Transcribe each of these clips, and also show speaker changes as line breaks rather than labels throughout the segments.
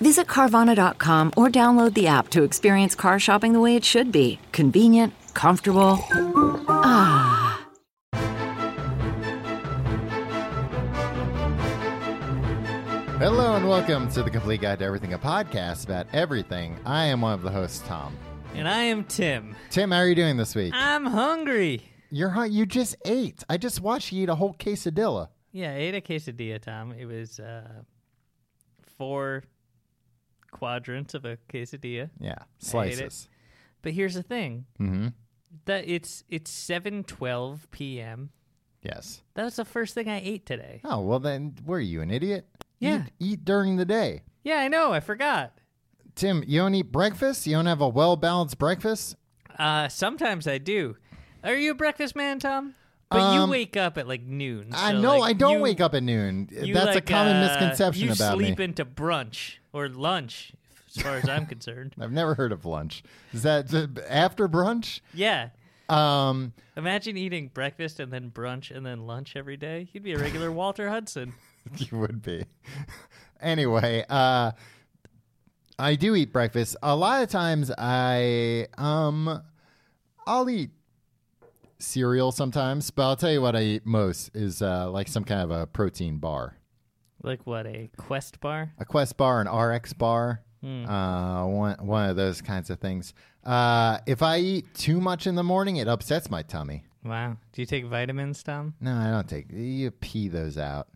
Visit Carvana.com or download the app to experience car shopping the way it should be convenient, comfortable.
Hello and welcome to the Complete Guide to Everything, a podcast about everything. I am one of the hosts, Tom.
And I am Tim.
Tim, how are you doing this week?
I'm hungry.
You're hot. You just ate. I just watched you eat a whole quesadilla.
Yeah, I ate a quesadilla, Tom. It was uh, four quadrants of a quesadilla.
Yeah,
I ate it.
slices.
But here's the thing:
Mm-hmm.
that it's it's seven twelve p.m.
Yes.
That was the first thing I ate today.
Oh well, then were you an idiot?
Yeah.
Eat, eat during the day.
Yeah, I know. I forgot.
Tim, you don't eat breakfast. You don't have a well balanced breakfast.
Uh, sometimes I do. Are you a breakfast man, Tom? But
Um,
you wake up at like noon.
I
so,
know
like,
I don't
you-
wake up at noon.
you,
That's a
like,
common
uh,
misconception
you
about
sleep
me.
into brunch or lunch, as far as I'm concerned.
I've never heard of lunch. Is that uh, after brunch?
Yeah.
Um,
Imagine eating breakfast and then brunch and then lunch every day. You'd be a regular Walter Hudson.
you would be. anyway, uh I do eat breakfast. A lot of times I um I'll eat cereal sometimes, but I'll tell you what I eat most is uh like some kind of a protein bar.
Like what, a quest bar?
A Quest bar, an RX bar, uh one one of those kinds of things. Uh if I eat too much in the morning, it upsets my tummy.
Wow. Do you take vitamins, Tom?
No, I don't take. You pee those out,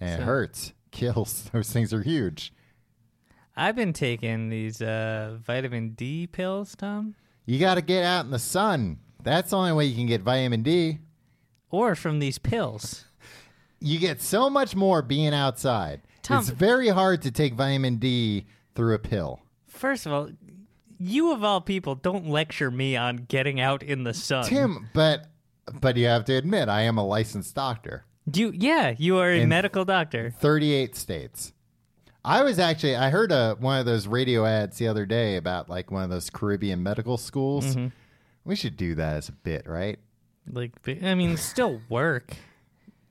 and it
So-
hurts, kills. Those things are huge.
I've been taking these uh, vitamin D pills, Tom.
You got to get out in the sun. That's the only way you can get vitamin D.
Or from these pills.
You get so much more being outside.
Tom-
It's very hard to take vitamin D through a pill.
First of all, you of all people don't lecture me on getting out in the sun.
Tim, but but you have to admit, I am a licensed doctor.
Do you, yeah, you are a
And-
medical doctor.
38 states. I was actually I heard a, one of those radio ads the other day about like one of those Caribbean medical schools.
Mm-hmm.
We should do that as a bit, right?
Like I mean, still work.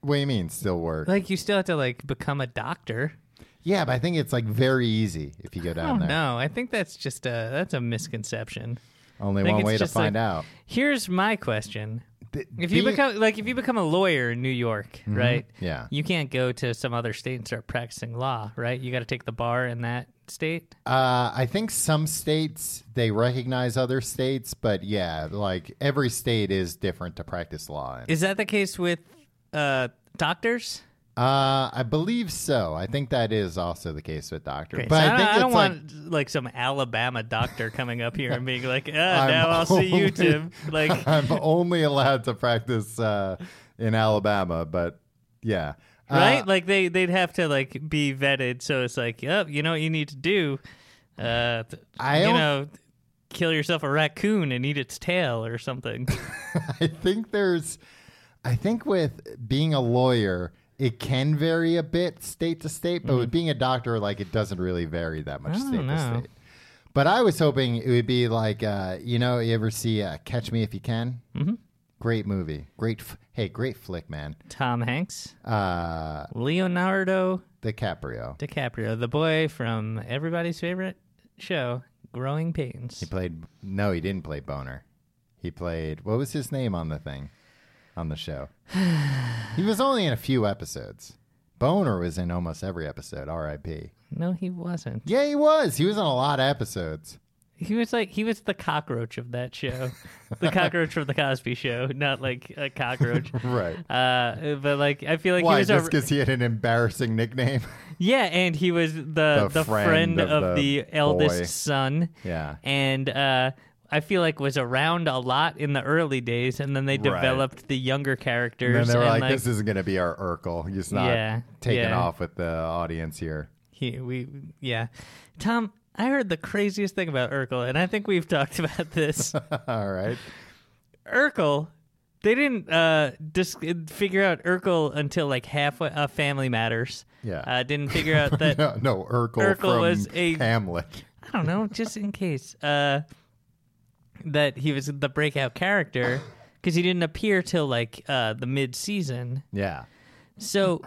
What do you mean still work?
Like you still have to like become a doctor.
Yeah, but I think it's like very easy if you go
Oh
down there.
no, I think that's just a that's a misconception.
Only
I think
one
it's
way to
just, like,
find out.
Here's my question:
Th-
If you
being-
become like if you become a lawyer in New York, right?
Mm-hmm. Yeah.
you can't go to some other state and start practicing law, right? You got to take the bar in that state.
uh, I think some states they recognize other states, but yeah, like every state is different to practice law. In.
Is that the case with uh, doctors?
Uh, I believe so. I think that is also the case with doctors.
Okay,
but
so
I
don't-
think
I
it's
don't
like
want like some Alabama doctor coming up here and being like, uh,
I'm
"Now I'll see
only-
you, Tim." Like,
I'm only allowed to practice uh, in Alabama, but yeah, Uh,
right? like they they'd have to like be vetted. So it's like, yep, you know what you need to do. Uh, th-
I
you
don't-
know, kill yourself a raccoon and eat its tail or something.
I think there's, I think with being a lawyer, it can vary a bit state to state, but with being a doctor, like it doesn't really vary that much
Mm-hmm. I
state
don't
to
know.
state. But I was hoping it would be like, uh, you know, you ever see uh, Catch Me If You Can? Mm-hmm. Great movie, great, f- hey, great flick, man.
Tom Hanks,
Uh,
Leonardo
DiCaprio,
DiCaprio, the boy from everybody's favorite show, Growing Pains.
he played. No, he didn't play Boner. He played. What was his name on the thing, on the show? he was only in a few episodes. Boner was in almost every episode. R.I.P.
No, he wasn't.
Yeah, he was. He was on a lot of episodes.
He was like he was the cockroach of that show, the cockroach from the Cosby Show, not like a cockroach.
Right.
Uh, but like I feel like he
Why?
was
Just
a,
because he had an embarrassing nickname?
Yeah, and he was the the, friend, of, the, eldest
boy.
son.
Yeah.
and uh, I feel like was around a lot in the early days, and then they
Right.
developed the younger
and
characters.
they were like,
and,
this isn't going to be our Urkel. He's not
Yeah,
taking
yeah.
off with the audience here.
he, we yeah, Tom. I heard the craziest thing about Urkel, and I think we've talked about this.
All right.
Urkel, they didn't uh, dis- figure out Urkel until like halfway. Uh, Family Matters.
Yeah.
Uh, didn't figure out that.
No, no Urkel,
Urkel
from
was a-
Hamlet.
I don't know, just in case. Uh, that he was the breakout character because he didn't appear till like uh, the mid season.
Yeah.
So,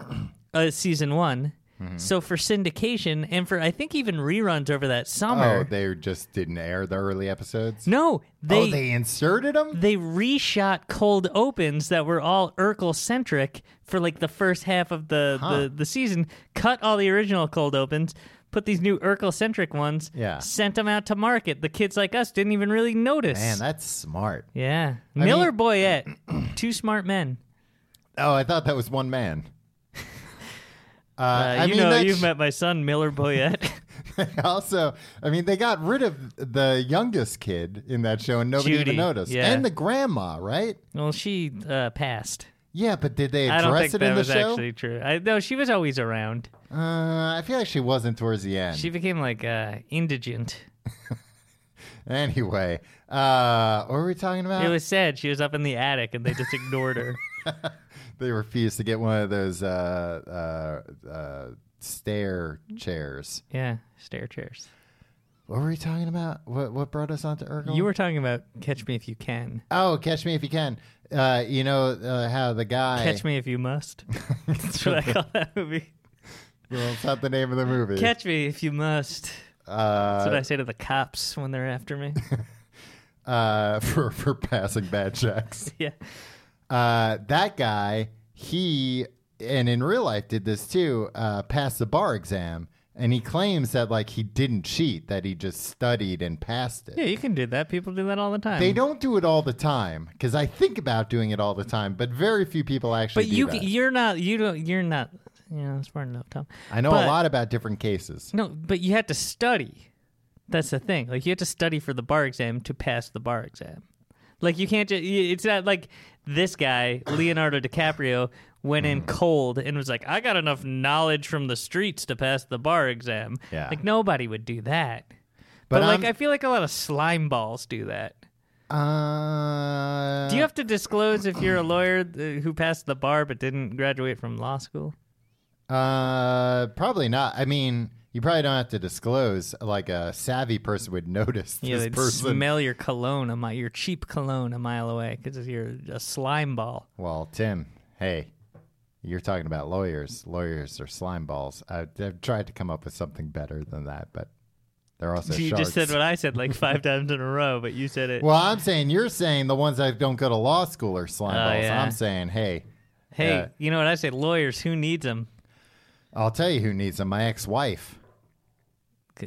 uh, season one.
Mm-hmm.
So for syndication and for I think even reruns over that summer.
Oh, they just didn't air the early episodes.
no, they,
oh, they inserted them.
they reshot cold opens that were all Urkel centric for like the first half of the, the the season. Cut all the original cold opens, put these new Urkel centric ones.
Yeah.
sent them out to market. The kids like us didn't even really notice.
Man, that's smart.
yeah, Miller Boyette, two smart men.
Oh, I thought that was one man. Uh,
Uh,
I
you
mean,
know,
that
you've
sh-
met my son Miller Boyette.
also, I mean, they got rid of the youngest kid in that show, and nobody
Judy,
even noticed.
yeah.
And the grandma, right?
well, she uh, passed.
Yeah, but did they
I
address
don't think
it
that
in the
was
show?
actually true. I, no, she was always around.
Uh, I feel like she wasn't towards the end.
She became like uh, indigent.
Anyway, uh, what were we talking about?
It was sad. She was up in the attic, and they just ignored her.
They refused to get one of those uh, uh, uh, stair chairs.
Yeah, stair chairs.
What were we talking about? What what brought us onto Urkel?
You were talking about Catch Me If You Can.
oh, catch me if you can. Uh, you know uh, how the guy.
Catch Me If You Must. That's what I call that movie.
Well, it's not the name of the movie.
Catch Me If You Must. That's what I say to the cops when they're after me.
uh, for for passing bad checks.
yeah.
uh, that guy, he, and in real life did this too, uh, passed the bar exam. And he claims that, like, he didn't cheat, that he just studied and passed it.
Yeah, you can do that. People do that all the time.
They don't do it all the time because I think about doing it all the time, but very few people actually
But
do
you
that.
you're not you don't you're not you know smart enough, Tom.
I know
but-
a lot about different cases.
No, but you had to study. That's the thing. Like you had to study for the bar exam to pass the bar exam. Like you can't just. It's not like this guy Leonardo DiCaprio went
Hmm.
in cold and was like, "I got enough knowledge from the streets to pass the bar exam."
Yeah.
Like nobody would do that. But,
But
like
I'm-
I feel like a lot of slime balls do that.
Uh,
Do you have to disclose if you're a lawyer th- who passed the bar but didn't graduate from law school?
uh, probably not. I mean, you probably don't have to disclose. Like a savvy person would notice
Yeah,
this
they'd
person.
smell your cologne a mile, your cheap cologne a mile away because you're a slime ball.
well, Tim, hey, you're talking about lawyers. Lawyers are slime balls. I, I've tried to come up with something better than that, but they're also
you
sharks.
just said what I said like five times in a row, but you said it.
well, I'm saying you're saying the ones that don't go to law school are slime
Oh,
balls.
yeah.
I'm saying, hey,
hey,
yeah.
you know what I say? Lawyers, who needs them?
I'll tell you who needs them. My ex-wife,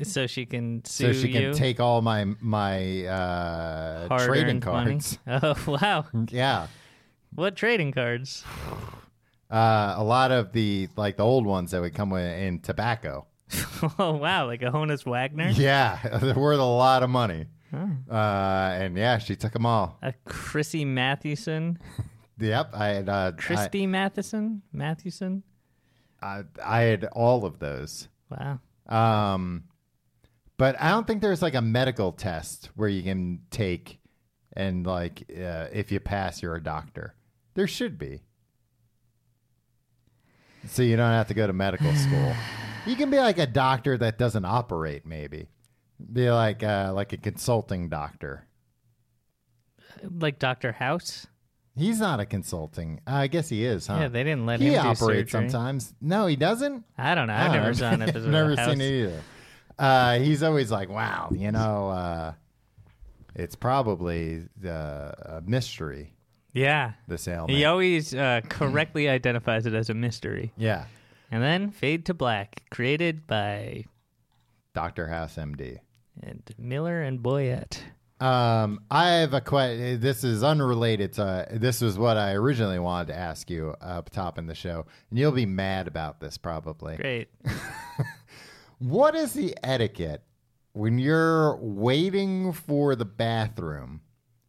So she can
so
sue
she can
you.
take all my my uh,
Hard-earned
trading
money.
cards.
Oh wow!
Yeah,
What trading cards?
uh, a lot of the like the old ones that would come with in tobacco.
oh wow! Like a Honus Wagner,
Yeah, they're worth a lot of money. Uh, and yeah, she took them all.
a Chrissy Mathewson,
Yep, I had uh,
Christy Matheson, Mathewson.
I, I, I had all of those.
Wow.
Um, but I don't think there's like a medical test where you can take and like uh, if you pass, you're a doctor. There should be. So you don't have to go to medical school. You can be like a doctor that doesn't operate, maybe. Be like uh, like a consulting doctor.
Like Doctor House.
He's not a consulting. Uh, I guess he is, huh?
Yeah, they didn't let
he
him do
operates
surgery.
sometimes. No, he doesn't.
I don't know. I've never
Oh,
saw an episode.
never
of House.
seen it either. Uh, he's always like, "Wow, you know, uh, it's probably uh, a mystery."
Yeah.
This ailment.
He always uh, correctly identifies it as a mystery.
Yeah,
And then Fade to Black, created by
Doctor House, MD.
and Miller and Boyette.
Um, I have a question. This is unrelated to. This was what I originally wanted to ask you up top in the show, and you'll be mad about this probably.
Great.
What is the etiquette when you're waiting for the bathroom,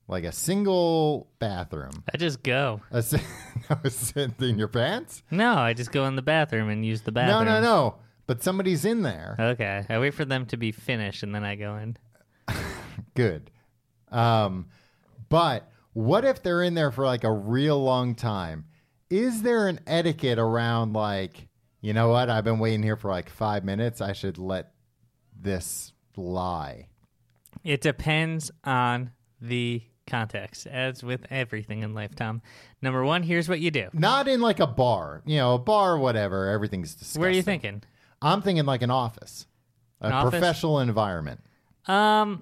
like a single bathroom?
I just go.
A s- no, a scent in your pants?
No, I just go in the bathroom and use the
No,
bathroom.
no, no. but somebody's in there.
Okay. I wait for them to be finished and then I go in.
Good. Um, but what if they're in there for like a real long time? Is there an etiquette around like, you know what? I've been waiting here for like five minutes. I should let this lie.
It depends on the context, as with everything in life, Tom. Number one, here's what you do.
Not in like a bar, you know, a bar, whatever. Everything's disgusting.
Where are you thinking?
I'm thinking like an office, a
An office?
professional environment.
Um,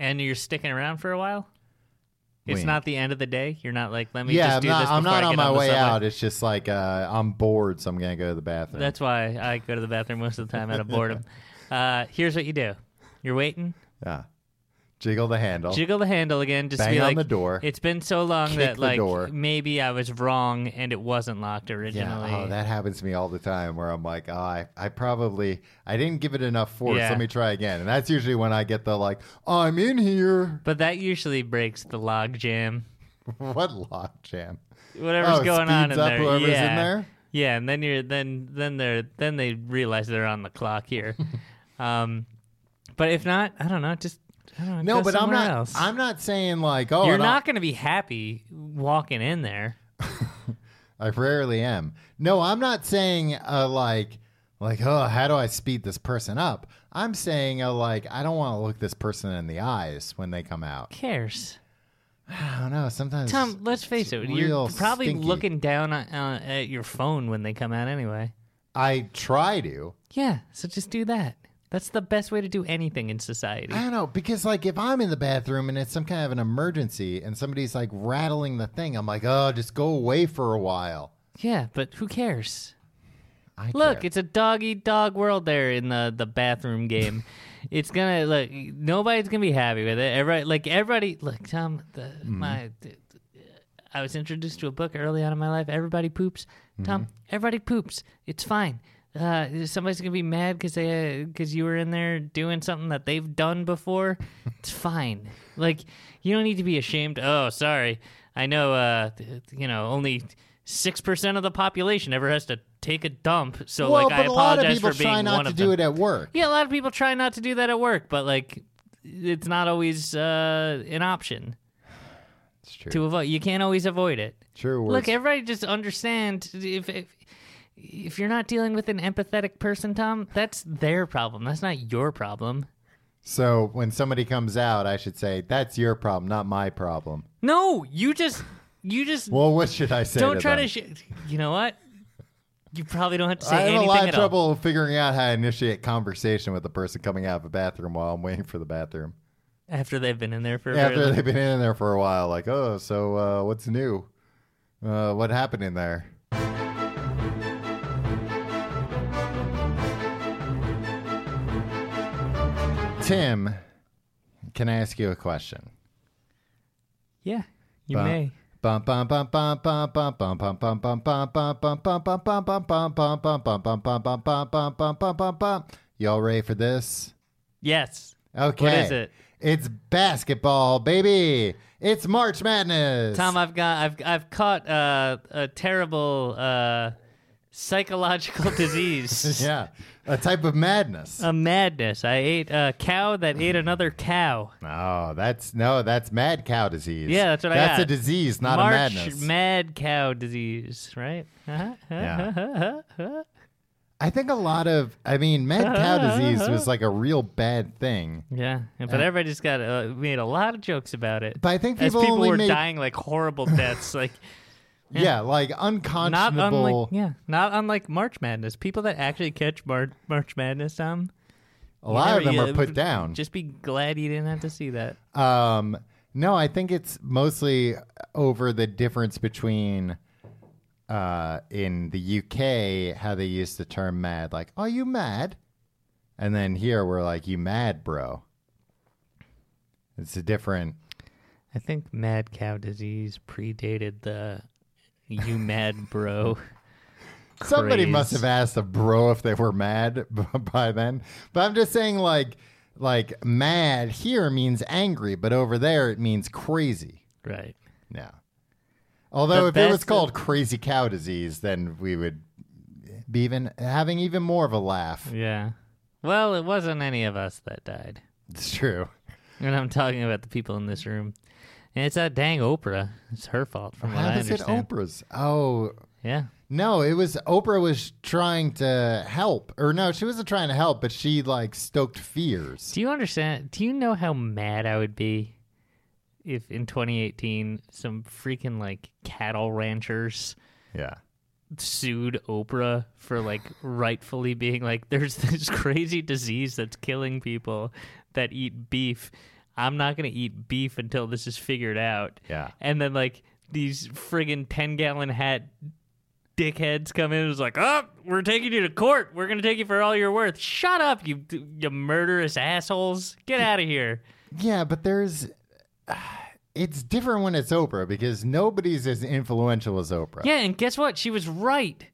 and you're sticking around for a while. It's
Wait.
not the end of the day. You're not like, let me
yeah,
just
I'm
do
not,
this.
I'm
before
not
I
on
get
my
the
way
subway.
out. It's just like uh, I'm bored, so I'm gonna go to the bathroom.
That's why I go to the bathroom most of the time out of boredom. Uh, here's what you do: you're waiting,
yeah. Jiggle the handle.
jiggle the handle again, just
Oh. Bang
be
on
like,
the door.
It's been so long
Kick
that
the
like
door.
maybe I was wrong and it wasn't locked originally.
Yeah, oh, that happens to me all the time where I'm like, oh, I, I probably, I didn't give it enough force.
Yeah.
Let me try again. And that's usually when I get the like, I'm in here.
but that usually breaks the log jam.
what lock jam?
Whatever's
Oh,
going on
speeds
in
up
there.
whoever's in
yeah.
there?
Yeah, and then you're then then they're then they realize they're on the clock here. um, but if not, I don't know. Just I don't know.
No,
go
but I'm
somewhere
not.
Else.
I'm not saying like, oh,
you're
and I'll-
not going to be happy walking in there.
I rarely am. No, I'm not saying uh, like like oh, how do I speed this person up? I'm saying uh, like I don't want to look this person in the eyes when they come out.
Who cares,
I don't know. Sometimes
Tom? Let's face it. You're
real
probably
stinky.
looking down on, uh, at your phone when they come out anyway.
I try to.
Yeah, so just do that. That's the best way to do anything in society.
I don't know because like if I'm in the bathroom and it's some kind of an emergency and somebody's like rattling the thing, I'm like oh, just go away for a while.
Yeah, but who cares?
I
Look,
care.
it's a dog eat dog world there in the the bathroom game. it's gonna look. Nobody's gonna be happy with it. Everybody, like everybody, look, Tom. The, My, th- th- I was introduced to a book early on in my life. Everybody poops. Tom,
Mm-hmm.
everybody poops. It's fine. Uh, somebody's gonna be mad because they because you were in there doing something that they've done before. it's fine. Like you don't need to be ashamed. Oh, sorry. I know. Uh, th- you know only. Six percent of the population ever has to take a dump, so
well,
like I
but a lot of
apologize
people
for being
try not
one
to
of
do
them.
it at work.
Yeah, a lot of people try not to do that at work, but like it's not always uh, an option
It's true.
to avoid. You can't always avoid it.
True.
Look,
words.
everybody just understand if, if if you're not dealing with an empathetic person, Tom, that's their problem. That's not your problem.
so when somebody comes out, I should say that's your problem, not my problem.
No, you just you just
Well, what should I say?
don't
to
try
them?
to. Sh- you know what? You probably don't have to say
I have
anything
a lot
at
of
all.
trouble figuring out how to initiate conversation with a person coming out of a bathroom while I'm waiting for the bathroom.
after they've been in there for a very
After
long-
they've been in there for a while, like, oh, so uh, what's new? Uh, what happened in there? Tim, can I ask you a question?
Yeah, you
Bum,
may.
bum, bum, bum, bum, bum, bum, bum, bum, bum, bum, bum, bum, bum, bum, bum, bum, bum, bum, bum, bum, bum, bum, bum, bum, bum, bum, bum, bum, bum, bum. Y'all ready for this?
Yes.
Okay.
What is it?
It's basketball, baby. It's March Madness.
Tom, I've got I've I've caught uh, a terrible uh, psychological disease.
yeah, a type of madness.
A madness. I ate a cow that ate another cow.
oh, that's no, that's mad cow disease.
Yeah, that's what I
That's
got.
a disease, not
March
a madness.
mad cow disease, right? Uh-huh.
Yeah. I think a lot of, I mean, mad cow disease was like a real bad thing.
Yeah. But everybody just got uh, made a lot of jokes about it.
But I think
As
people,
people
only
were
made,
dying like horrible deaths, like
yeah. like
not
unconscionable.
unlike yeah, not unlike March Madness. People that actually catch Mar- March Madness, Tom,
a lot of
never-
them
yeah,
are put down.
just be glad you didn't have to see that.
Um, no, I think it's mostly over the difference between uh, in the UK how they use the term mad, like "Are you mad?" and then here we're like "You mad, bro." It's a different.
I think mad cow disease predated the you mad bro.
Somebody
Craze.
must have asked a bro if they were mad b- by then, but I'm just saying like like mad here means angry, but over there it means crazy.
right.
Yeah. Although
The
if it was
best-
called crazy cow disease, then we would be even having even more of a laugh.
Yeah. Well, it wasn't any of us that died.
It's true.
And I'm talking about the people in this room. And it's that dang Oprah. It's her fault, from what
How
I
is it
understand.
Oprah's? Oh,
Yeah.
No, it was Oprah was trying to help, or no, she wasn't trying to help, but she like stoked fears.
Do you understand? Do you know how mad I would be if in 2018 some freaking like cattle ranchers
Yeah,
sued Oprah for like rightfully being like, there's this crazy disease that's killing people that eat beef. I'm not going to eat beef until this is figured out.
Yeah.
And then like these friggin' 10 gallon hat dickheads come in and is like, oh, we're taking you to court. We're going to take you for all you're worth. Shut up, you, you murderous assholes. Get out of here.
yeah, but there's it's different when it's Oprah because nobody's as influential as Oprah.
Yeah. And guess what? She was right.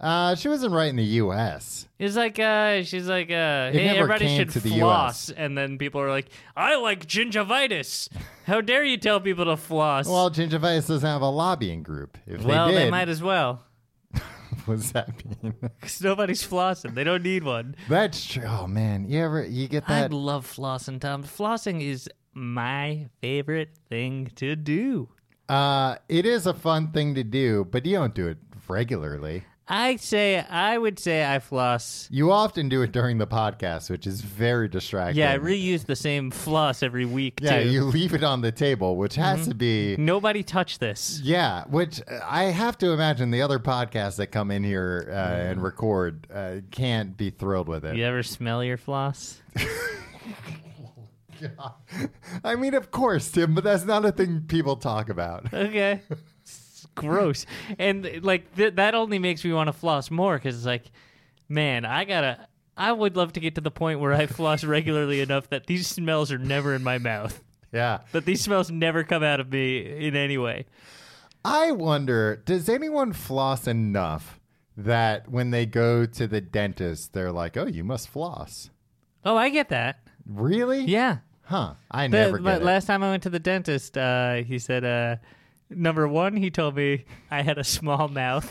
Uh, she wasn't right in the U.S.
It's like uh, she's like uh, hey,
never
everybody
came
should
to the
floss, and then people are like, I like gingivitis. How dare you tell people to floss?
Well, gingivitis doesn't have a lobbying group. If
Well,
they
they,
did,
might as well,
what does that mean?
because nobody's flossing. They don't need one.
That's true. Oh man, you ever you get that?
I love flossing, Tom. Flossing is my favorite thing to do.
Uh, it is a fun thing to do, but you don't do it regularly.
I say, I would say, I floss.
You often do it during the podcast, which is very distracting.
Yeah, I reuse the same floss every week.
Yeah,
too.
you leave it on the table, which has
Mm-hmm.
to be
Nobody touch this.
yeah. Which uh, I have to imagine the other podcasts that come in here uh,
Mm.
and record uh, can't be thrilled with it.
You ever smell your floss?
I mean, of course, Tim, but that's not a thing people talk about.
okay. It's gross. And like th- that only makes me want to floss more because it's like, man, I gotta. I would love to get to the point where I floss regularly enough that these smells are never in my mouth.
Yeah,
That these smells never come out of me in any way.
I wonder, does anyone floss enough that when they go to the dentist, they're like, "Oh, you must floss."
Oh, I get that.
Really?
Yeah.
Huh. I
The-
never
but
get it.
last time I went to the dentist, uh, he said, uh, number one, he told me I had a small mouth.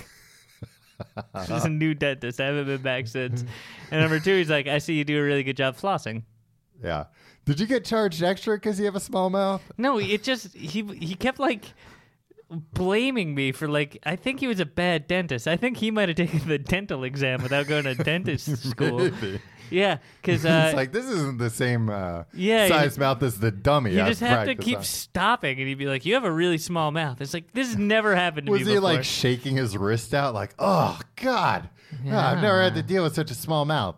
this is a new dentist. I haven't been back since. And number two, he's like, I see you do a really good job flossing.
Yeah. Did you get charged extra because you have a small mouth?
No, it just he he kept like blaming me for like I think he was a bad dentist. I think he might have taken the dental exam without going to dentist school. Yeah, because uh,
it's like this isn't the same uh,
Yeah, you-
size mouth as the dummy.
you
I
just have to
practiced
keep
on.
stopping, and he'd be like, "You have a really small mouth." It's like this has never happened to
Was
me
he
before.
like shaking his wrist out? Like, oh God, Ah, I've never had to deal with such a small mouth.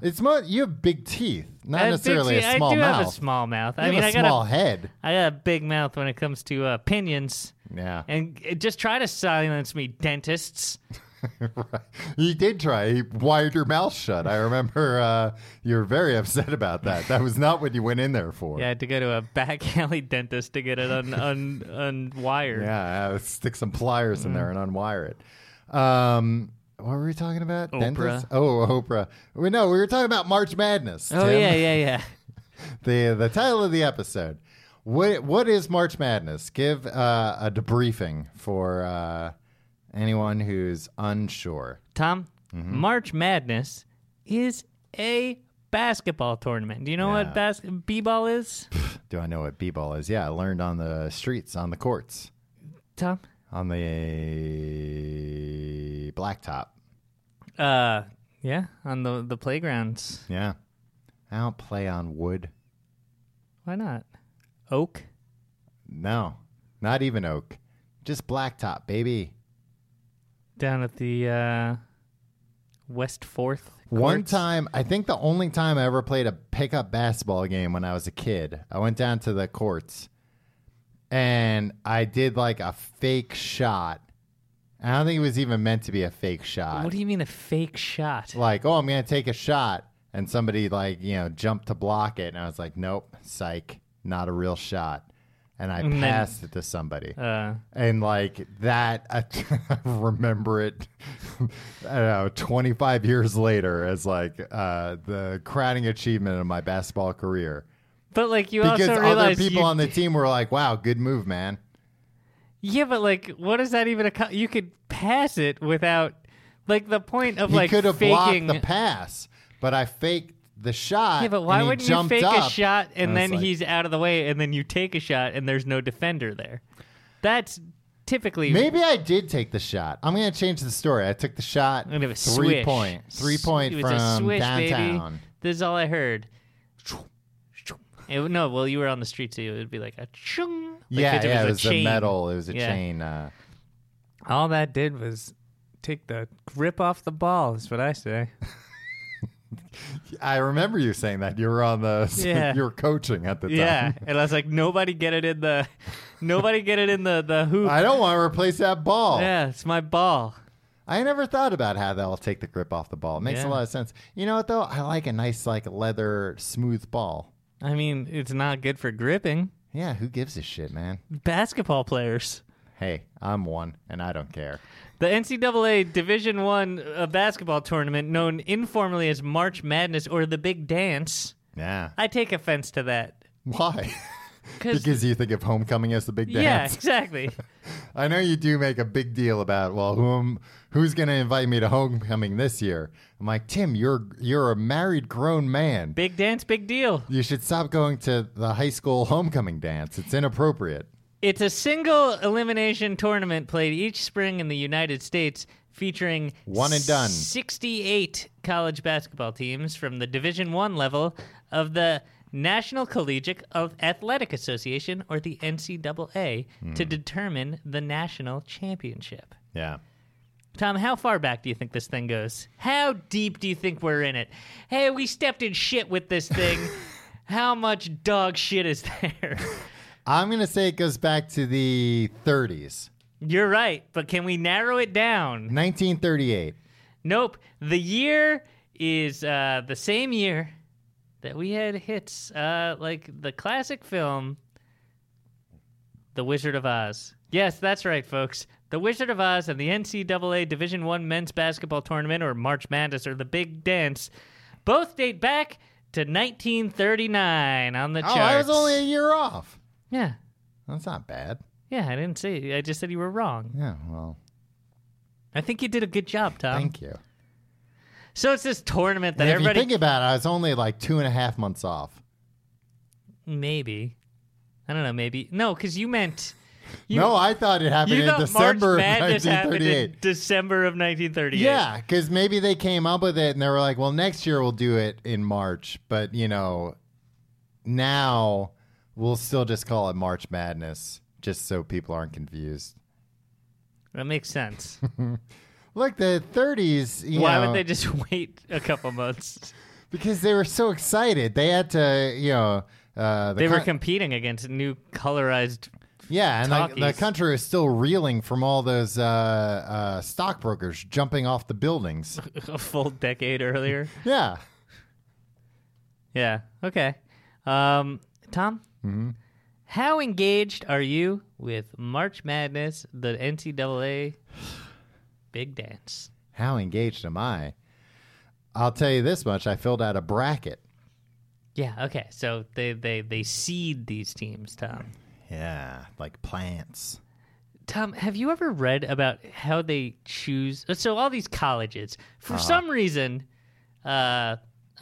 It's mo- you have big teeth, not
I have big
necessarily
teeth-
a small
Uh, I do
mouth.
have a small mouth.
you
I mean,
have a
I got
small
a,
head.
I got a big mouth when it comes to uh, opinions.
Yeah,
And uh, just try to silence me, dentists.
right. he did try. He wired your mouth shut. I remember uh, you were very upset about that. That was not what you went in there for.
Yeah, I had to go to a back alley dentist to get it un, un, unwired.
Yeah, uh, stick some pliers in
Mm-hmm.
there and unwire it. Um, what were we talking about? Dentists? Oh, Oprah. We no, we were talking about March Madness.
Oh
Tim.
yeah, yeah, yeah.
The the title of the episode. What what is March Madness? Give uh, a debriefing for uh, anyone who's unsure.
Tom,
Mm-hmm.
March Madness is a basketball tournament. Do you know what bas- b-ball is?
Do I know what b-ball is? Yeah, I learned on the streets, on the courts,
Tom,
on the blacktop.
uh, yeah, on the the playgrounds.
Yeah, I don't play on wood.
Why not? Oak.
No, not even oak. Just blacktop, baby.
down at the uh, West Fourth.
One
courts.
time, I think the only time I ever played a pickup basketball game when I was a kid, I went down to the courts and I did like a fake shot. I don't think it was even meant to be a fake shot.
What do you mean a fake shot?
like, oh, I'm going to take a shot. And somebody, like, you know, jumped to block it. And I was like, nope, psych, not a real shot. And I
then-
passed it to somebody.
Uh,
and like that I, I remember it i don't know 25 years later as like uh, the crowning achievement of my basketball career
but like you
because
also
other
realize
people
you-
on the team were like wow good move man
yeah, but like what is that even? A co- you could pass it without Like the point of
He
like
could have
faking.
blocked the pass, but I faked the shot.
yeah, but why
and he
wouldn't you
jumped
fake
up,
a shot and
I was
then
like,
he's out of the way and then you take a shot and there's no defender there? That's typically
Maybe I did take the shot. I'm gonna change the story. I took the shot.
I'm gonna have a
three
swish.
point, three
S-
point
it was a
from
swish, baby.
downtown.
This is all I heard. It, no, well, you were on the street, so it would be like a chung. Like
yeah,
if
yeah.
a
It was a
chain.
metal. It was a
Yeah.
chain. Uh,
All that did was take the grip off the ball. Is what I say.
I remember you saying that you were on the.
Yeah.
you were coaching at the time.
yeah, and I was like, nobody get it in the, nobody get it in the the hoop.
I don't want to replace that ball.
yeah, it's my ball.
I never thought about how that'll take the grip off the ball. It makes
Yeah.
a lot of sense. You know what though? I like a nice like leather smooth ball.
I mean, it's not good for gripping.
Yeah, who gives a shit, man?
Basketball players.
Hey, I'm one and I don't care.
The NCAA Division One uh, basketball tournament, known informally as March Madness or the Big Dance,
Yeah.
I take offense to that.
Why?
'Cause-
because you think of homecoming as the big
Yeah,
dance.
exactly.
I know you do make a big deal about well, whom who's going to invite me to homecoming this year? I'm like, "Tim, you're you're a married grown man.
big dance, big deal.
You should stop going to the high school homecoming dance. It's inappropriate."
It's a single elimination tournament played each spring in the United States, featuring
One and done.
68 college basketball teams from the Division One level of the National Collegiate of Athletic Association, or the NCAA, to
Hmm.
determine the national championship.
Yeah.
Tom, how far back do you think this thing goes? How deep do you think we're in it? Hey, we stepped in shit with this thing. how much dog shit is there?
I'm going to say it goes back to the 30s.
You're right, but can we narrow it down?
1938.
Nope. The year is uh, the same year that we had hits uh, like the classic film The Wizard of Oz. Yes, that's right, folks. The Wizard of Oz and the NCAA Division One men's basketball tournament, or March Madness, or the Big Dance, both date back to 1939 on the
Oh,
charts.
I was only a year off.
yeah,
That's not bad.
yeah. I didn't say. I just said you were wrong.
Yeah, well,
I think you did a good job, Tom.
thank you.
So it's this tournament that
And if
everybody
you think about it, I was only like two and a half months off.
maybe. I don't know, maybe. No, cuz you meant you,
no, I thought it happened
you
in
thought
December
March
of
Madness happened
1938.
in December of 1938.
Yeah, because maybe they came up with it and they were like, well, next year we'll do it in March. But, you know, now we'll still just call it March Madness just so people aren't confused.
That makes sense.
Look, the 30s. You
Why
know-
would they just wait a couple months?
Because they were so excited. They had to, you know, uh, the
They were
coun-
competing against new colorized
yeah, and like the
talkies.
country was still reeling from all those uh, uh, stockbrokers jumping off the buildings.
a full decade earlier.
yeah,
Yeah. Okay. Um, Tom,
Mm-hmm.
how engaged are you with March Madness, the NCAA Big Dance?
how engaged am I? I'll tell you this much: I filled out a bracket.
Yeah. Okay. So they they they seed these teams, Tom.
Yeah, like plants.
Tom, have you ever read about how they choose? So all these colleges, for
Uh-huh.
some reason, uh,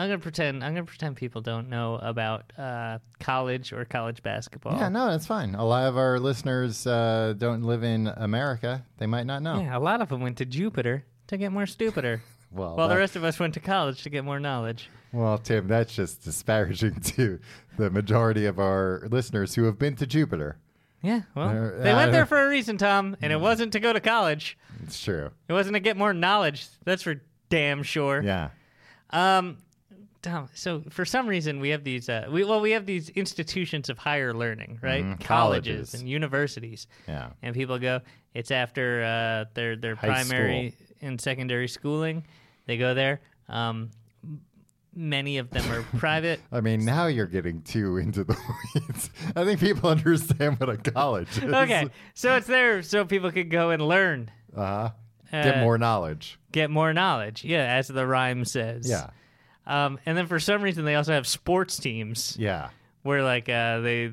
I'm gonna pretend I'm gonna pretend people don't know about uh, college or college basketball.
Yeah, no, that's fine. A lot of our listeners uh, don't live in America; they might not know.
Yeah, a lot of them went to Jupiter to get more stupider.
Well,
while the
that-
rest of us went to college to get more knowledge.
Well, Tim, that's just disparaging to the majority of our listeners who have been to Jupiter.
Yeah, well,
There- uh,
they
I
went there
don't-
for a reason, Tom, and it wasn't to go to college.
It's true.
It wasn't to get more knowledge. That's for damn sure.
Yeah.
Um, Tom, so for some reason we have these, uh, we, well, we have these institutions of higher learning, right?
Mm-hmm. colleges.
and universities.
Yeah.
And people go, it's after uh, their their
High
primary and secondary schooling. They go there. Um, m- many of them are private.
I mean, now you're getting too into the weeds. I think people understand what a college is.
Okay, so it's there so people could go and learn,
Uh-huh.
Uh,
Get more knowledge.
get more knowledge. Yeah, as the rhyme says.
Yeah.
Um, and then for some reason they also have sports teams.
Yeah.
where like uh, they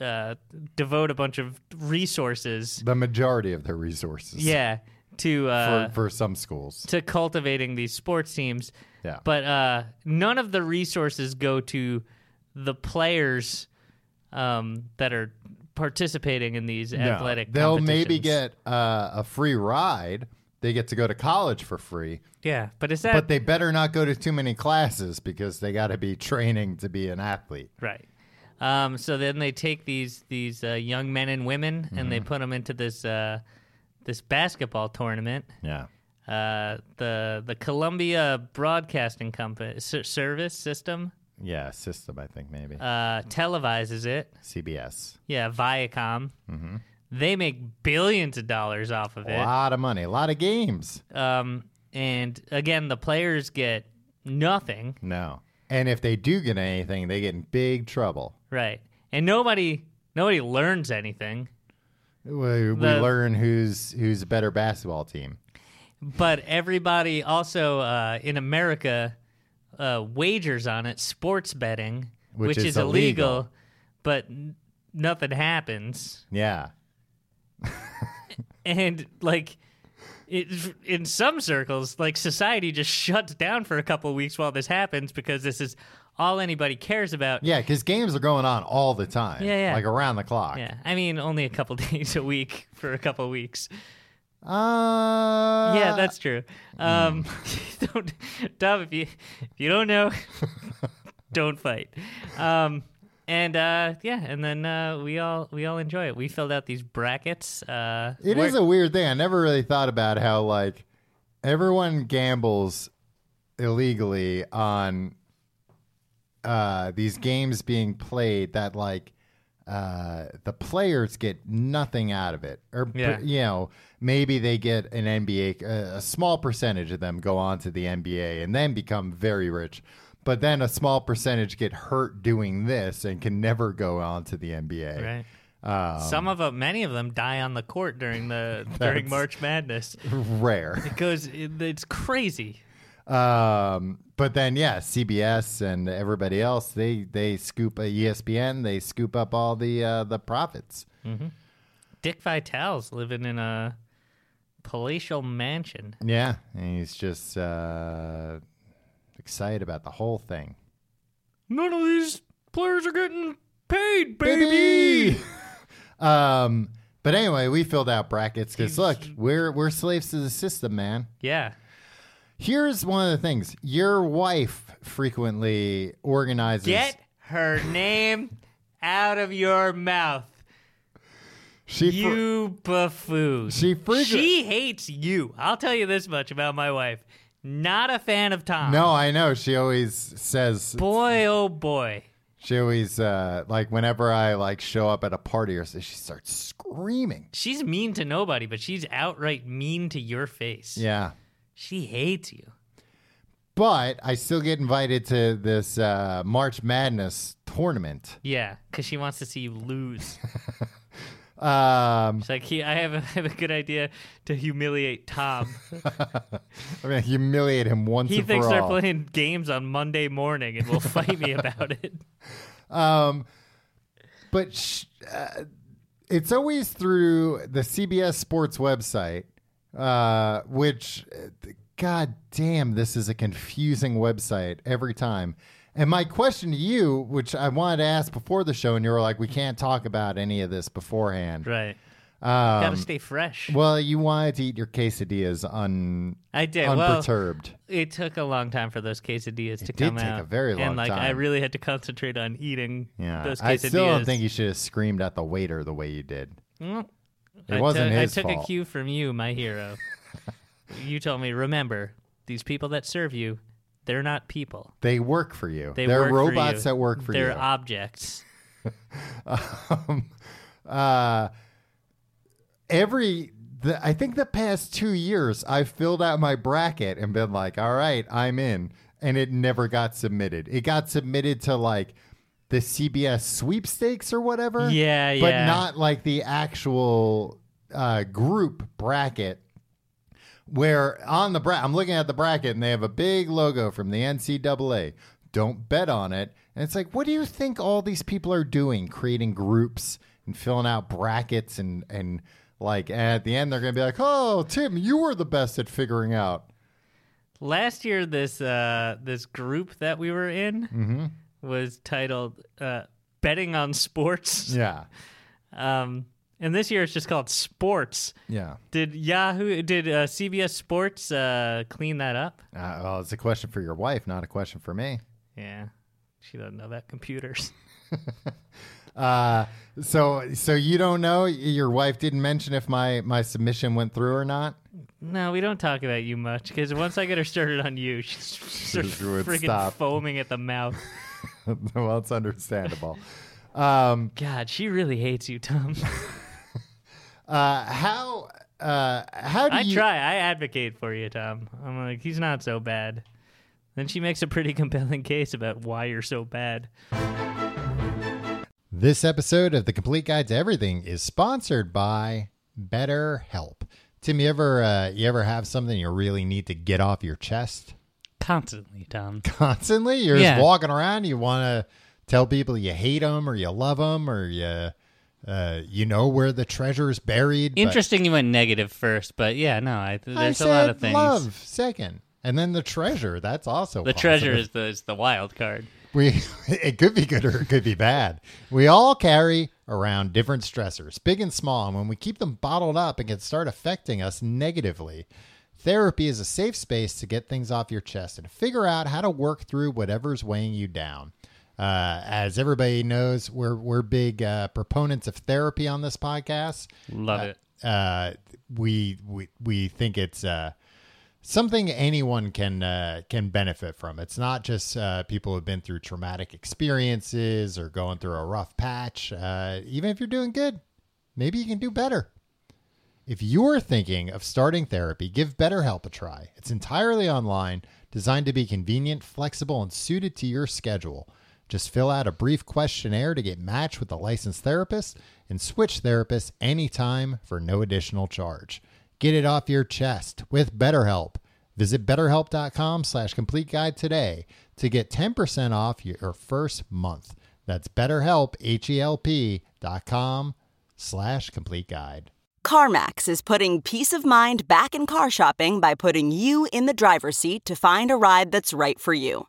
uh, devote a bunch of resources.
The majority of their resources.
Yeah, to uh,
for, for some schools.
to cultivating these sports teams.
Yeah.
But uh, none of the resources go to the players um, that are participating in these
No,
athletic.
they'll maybe
competitions.
get uh, a free ride. They get to go to college for free,
yeah, but is that
but they better not go to too many classes because they got to be training to be an athlete.
right? Um, so then they take these these uh, young men and women and
Mm-hmm.
they put them into this uh, this basketball tournament.
Yeah.
Uh, the the Columbia Broadcasting Company Service System
Yeah, system I think maybe.
uh, televises it.
CBS.
Yeah, Viacom. They make billions of dollars off of
A lot of money, a lot of games.
it. Um, and again, the players get nothing,
No. And if they do get anything, they get in big trouble.
right? And nobody nobody learns anything.
We, we
The-
learn who's who's a better basketball team.
But everybody also uh, in America uh, wagers on it, sports betting,
Which
which,
is
is,
illegal.
illegal, but n- nothing happens.
Yeah.
and like it, in some circles like society just shuts down for a couple of weeks while this happens because this is all anybody cares about
Yeah, because games are going on all the time.
Yeah, yeah.
Like around the clock.
Yeah, i mean only a couple days a week for a couple of weeks
Uh, hmm.
yeah that's true um don't Dom, if you if you don't know don't fight um and uh yeah and then uh we all we all enjoy it we filled out these brackets uh
It is a weird thing. I never really thought about how like everyone gambles illegally on uh, these games being played that like uh, the players get nothing out of it, or
Yeah.
you know maybe they get an NBA. A, a small percentage of them go on to the NBA and then become very rich. But then a small percentage get hurt doing this and can never go on to the NBA.
Right. Um, Some of them, many of them, die on the court during the during March Madness
Rare.
because it, it's crazy.
Um, but then, yeah, CBS and everybody else they they scoop uh, ESPN. They scoop up all the uh, the profits.
Dick Vitale's living in a palatial mansion.
Yeah, and he's just uh, excited about the whole thing.
None of these players are getting paid,
um, but anyway, we filled out brackets because look, we're we're slaves to the system, man.
Yeah,
Here's one of the things: your wife frequently organizes.
get her name out of your mouth,
she fr-
you buffoon.
She freaking-
she hates you. I'll tell you this much about my wife: not a fan of Tom.
no, I know. She always says
boy, oh boy.
She always uh, like whenever I like show up at a party or so, she starts screaming.
She's mean to nobody, but she's outright mean to your face.
Yeah,
She hates you.
but I still get invited to this uh, March Madness tournament.
Yeah, because she wants to see you lose.
Um,
It's like, he, I, have a, I have a good idea to humiliate Tom.
I'm gonna humiliate him once
He
and
thinks
for
they're
all.
playing games on Monday morning and will fight me about it.
but sh- uh, it's always through the CBS Sports website, uh, which, uh, th- god damn, this is a confusing website every time. And my question to you, which I wanted to ask before the show, and you were like, we can't talk about any of this beforehand.
Right. Gotta stay fresh.
Um, Well, you wanted to eat your quesadillas un-
I did. Well,
unperturbed.
it took a long time for those quesadillas to
did
come
take
out.
a very long
And, like, I
time.
really had to concentrate on eating
yeah.
those quesadillas.
I still don't think you should have screamed at the waiter the way you did.
Mm.
It
I
wasn't
took-
his
I took
fault.
a cue from you, my hero. you told me, remember, these people that serve you, they're not people.
They work for you.
They
are
work for
robots
you.
that work for
they're
you.
objects.
um, uh, every the, I think the past two years I've filled out my bracket and been like, all right, I'm in, and it never got submitted. It got submitted to like the CBS sweepstakes or whatever.
Yeah,
but
yeah.
not like the actual uh, group bracket. Where on the bracket, I'm looking at the bracket and they have a big logo from the NCAA. Don't bet on it. And it's like, what do you think all these people are doing? Creating groups and filling out brackets and and Like at the end, they're going to be like, "Oh, Tim, you were the best at figuring out."
Last year, this uh, this group that we were in
Mm-hmm.
was titled uh, "Betting on Sports,"
Yeah,
um, and this year it's just called "Sports."
yeah.
Did Yahoo? Did uh, CBS Sports uh, clean that up?
Uh, well, it's a question for your wife, not a question for me.
Yeah, she doesn't know about computers.
Uh, so, so you don't know. Your wife didn't mention if my my submission went through or not.
No, we don't talk about you much because once I get her started on you, she starts
would
freaking
stop.
foaming at the mouth.
well, it's understandable. um,
God, she really hates you, Tom.
uh, how uh, how do
I
you?
try. I advocate for you, Tom. I'm like, he's not so bad. Then she makes a pretty compelling case about why you're so bad.
This episode of The Complete Guide to Everything is sponsored by BetterHelp. Tim, you ever uh, you ever have something you really need to get off your chest
Constantly, Tom.
constantly? You're
Yeah.
just walking around. You want to tell people you hate them or you love them or you uh, you know where the treasure is buried. but-
Interesting you went negative first, but yeah, no, I,
I
there's
said
a lot of things.
love second, and then the treasure. That's also
The
positive.
treasure is the is the wild card.
We it could be good or it could be bad. We all carry around different stressors, big and small, and when we keep them bottled up, it can start affecting us negatively. Therapy is a safe space to get things off your chest and figure out how to work through whatever's weighing you down. Uh, as everybody knows, we're we're big uh, proponents of therapy on this podcast.
Love it.
Uh, we we we think it's uh, something anyone can uh, can benefit from. It's not just uh, people who've been through traumatic experiences or going through a rough patch. Uh, even if you're doing good, maybe you can do better. If you're thinking of starting therapy, give BetterHelp a try. It's entirely online, designed to be convenient, flexible, and suited to your schedule. Just fill out a brief questionnaire to get matched with a licensed therapist and switch therapists anytime for no additional charge. Get it off your chest with BetterHelp. Visit betterhelp.com slash complete guide today to get 10% off your first month. That's betterhelp, H-E-L-P dot com slash complete guide.
CarMax is putting peace of mind back in car shopping by putting you in the driver's seat to find a ride that's right for you.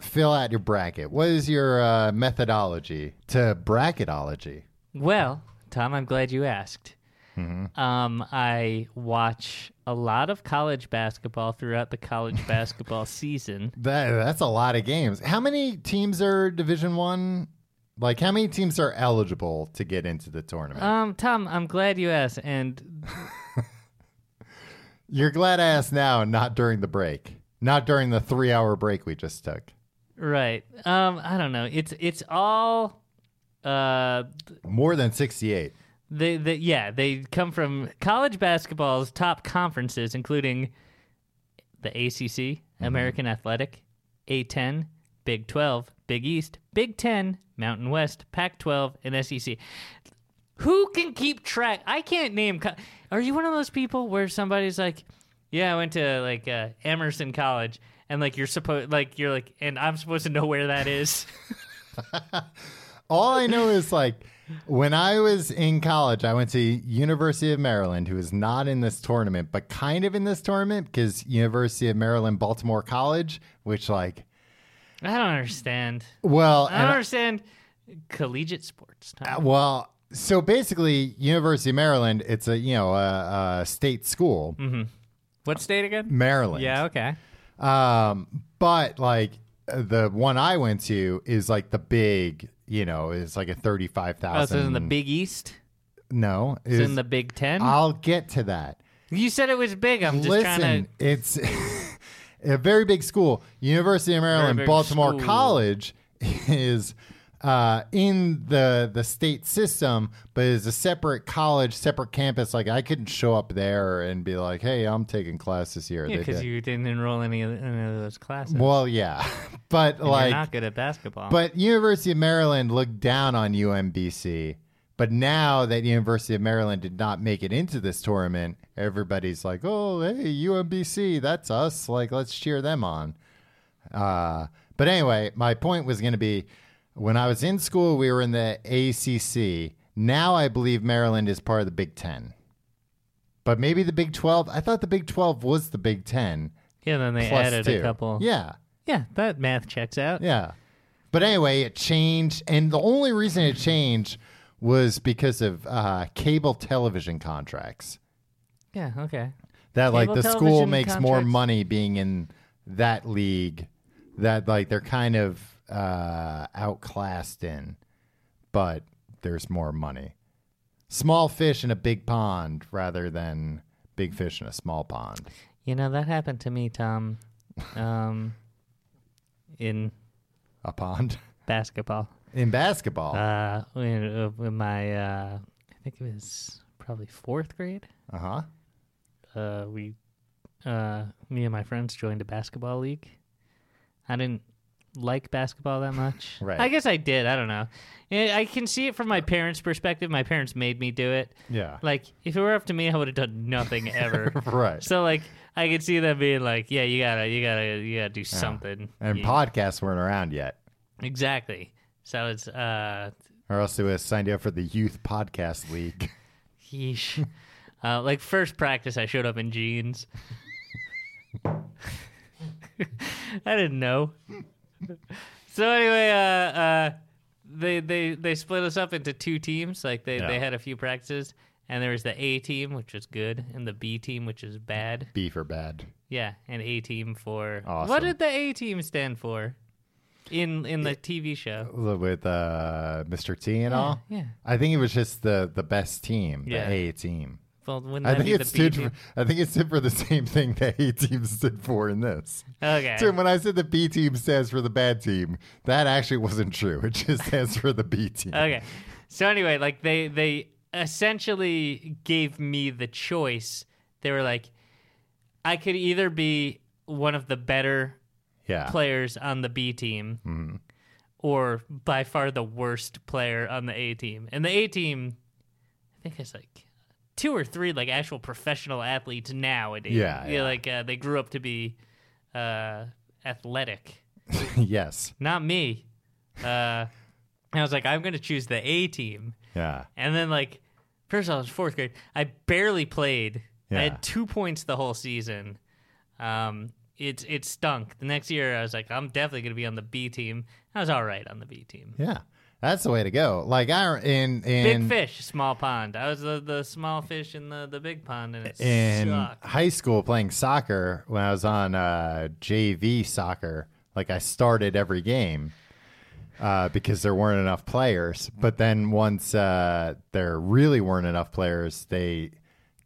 fill out your bracket? What is your uh, methodology to bracketology?
Well, Tom, I'm glad you asked. Um, I watch a lot of college basketball throughout the college basketball season.
That that's a lot of games. How many teams are Division One? Like, how many teams are eligible to get into the tournament?
Um, Tom, I'm glad you asked. And
You're glad I asked now, and not during the break, not during the three-hour break we just took.
right, um, I don't know. It's it's all uh
More than sixty-eight.
They, they, yeah, they come from college basketball's top conferences, including the ACC, American Athletic, A10, Big 12, Big East, Big 10, Mountain West, Pac 12, and SEC. Who can keep track? I can't name. Co- Are you one of those people where somebody's like, "Yeah, I went to like uh, Emerson College," and like you're supposed, like you're like, and I'm supposed to know where that is?
All I know is like when I was in college, I went to University of Maryland, who is not in this tournament, but kind of in this tournament because University of Maryland Baltimore College, which like
I don't understand.
well,
I don't
and-
understand collegiate sports. Tom.
well, so basically University of Maryland, it's a you know a, a state school,
What state again?
Um, Maryland.
Mm-hmm. Yeah, okay.
Um, but like uh, the one I went to is like the big, you know, is like a thirty-five
Oh, so
thousand.
it's in the Big East?
No,
It's
is-
in the Big 10
I'll get to that.
you said it was big. I'm just trying
Listen,
to.
it's a very big school. University of Maryland,
big
Baltimore
school.
College is uh, in the the state system, but is a separate college, separate campus. Like I couldn't show up there and be like, "Hey, I'm taking class this year."
Yeah,
They
because
did.
you didn't enroll any of, any of those classes.
well, yeah, but
And
like
you're not good at basketball.
But University of Maryland looked down on UMBC. But now that University of Maryland did not make it into this tournament, everybody's like, "Oh, hey, UMBC, that's us! Like, let's cheer them on." Uh, but anyway, my point was going to be, when I was in school, we were in the ACC. Now I believe Maryland is part of the Big Ten, but maybe the Big Twelve. I thought the Big Twelve was the Big Ten.
yeah, then they
plus
added
two.
a couple.
Yeah,
yeah, that math checks out.
yeah. But anyway, it changed. And the only reason it changed was because of uh, cable television contracts.
Yeah, okay.
That, like,
Cable
the school
television
makes more
contracts?
money being in that league that, like, they're kind of uh, outclassed in, but there's more money. Small fish in a big pond rather than big fish in a small pond.
You know that happened to me, Tom. Um, in
A pond?
basketball.
In basketball.
Uh, when, uh, when my uh, I think it was probably fourth grade.
Uh huh.
Uh, we, uh, me and my friends joined a basketball league. I didn't like basketball that much.
Right.
I guess I did. I don't know. Yeah, I can see it from my parents' perspective. My parents made me do it.
Yeah.
Like if it were up to me, I would have done nothing ever.
Right.
So like I could see them being like, yeah, you gotta, you gotta, you gotta do something.
And
You-
podcasts weren't around yet.
exactly. So it's uh,
Or else they would have signed you up for the Youth Podcast League.
yeesh. uh, like first practice, I showed up in jeans. I didn't know. so anyway, uh, uh, they they they split us up into two teams. Like they they had a few practices, and there was the A team, which was good, and the B team, which is bad.
B for bad.
Yeah, an A team for what
Awesome.
did the A team stand for? In in the TV show.
With uh, Mr. T and all.
yeah.
I think it was just the, the best team,
Yeah.
the A team.
Well, wouldn't
I
that
think
be
it
the B
stood. For,
team?
I think it stood for the same thing the A team stood for in this.
Okay.
So when I said the B team stands for the bad team, that actually wasn't true. It just stands for the B team.
Okay. So anyway, like they they essentially gave me the choice. They were like, I could either be one of the better
Yeah.
players on the B team,
Mm-hmm.
or by far the worst player on the A team. And the A team, I think it's like two or three like actual professional athletes nowadays.
Yeah, yeah.
like uh, they grew up to be uh, athletic.
yes.
Not me. Uh, I was like, I'm going to choose the A team.
Yeah.
And then like first of all, I was fourth grade. I barely played. I
Yeah.
had two points the whole season. Um, it it stunk. The next year, I was like, I'm definitely gonna be on the B team. I was all right on the B team.
Yeah. That's the way to go. Like I in in
Big fish, small pond. I was the, the small fish in the, the big pond, and it
in
sucked.
high school playing soccer when I was on uh, JV soccer. Like I started every game uh, because there weren't enough players. But then once uh, there really weren't enough players, they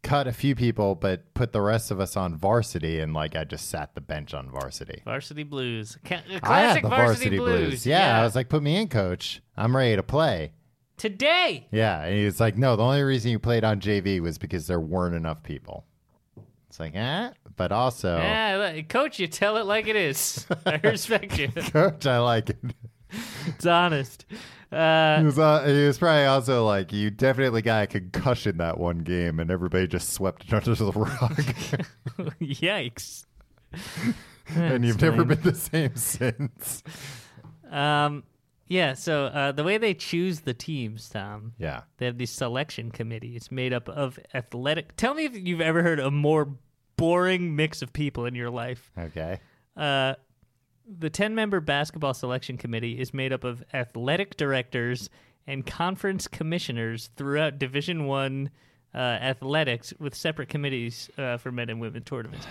cut a few people, but put the rest of us on varsity. And like I just sat the bench on varsity.
Varsity Blues, Ca- classic
I had the
varsity, Blues.
Yeah, I was like, put me in, coach. I'm ready to play.
today.
Yeah, and he was like, no, the only reason you played on JV was because there weren't enough people. It's like, eh, but also,
Yeah, look, coach, you tell it like it is. I respect you.
coach, I like it.
It's honest. Uh,
He was, uh, he was probably also like, you definitely got a concussion that one game, and everybody just swept it under the rug,
yikes.
and you've never been the same since.
Um, yeah. So uh, the way they choose the teams, Tom,
Yeah.
they have these selection committees made up of athletic. Tell me if you've ever heard a more boring mix of people in your life.
Okay.
Uh, the ten-member basketball selection committee is made up of athletic directors and conference commissioners throughout Division One uh, athletics, with separate committees uh, for men and women tournaments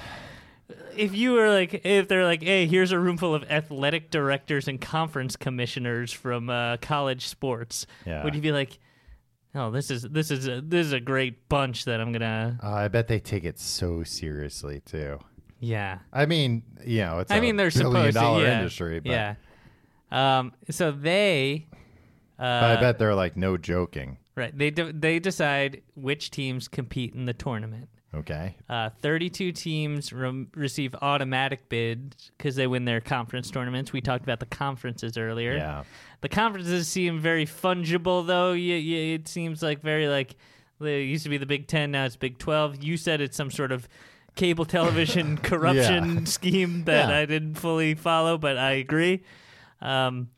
if you were like if they're like hey here's a room full of athletic directors and conference commissioners from uh, college sports
Yeah.
would you be like oh this is this is a, this is a great bunch that i'm gonna
Uh, I bet they take it so seriously too.
yeah
I mean, you know, it's
i
a
mean they're
billion
supposed to
dollar
yeah.
industry, but
yeah um so they
but I bet they're like, no joking.
Right. They de- they decide which teams compete in the tournament.
Okay.
Uh, 32 teams re- receive automatic bids because they win their conference tournaments. We talked about the conferences earlier.
Yeah.
The conferences seem very fungible, though. You, you, it seems like very like it used to be the Big Ten, now it's Big Twelve. You said it's some sort of cable television corruption scheme that
Yeah.
I didn't fully follow, but I agree. Um,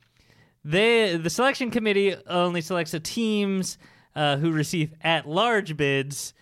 they the selection committee only selects the teams uh, who receive at large bids.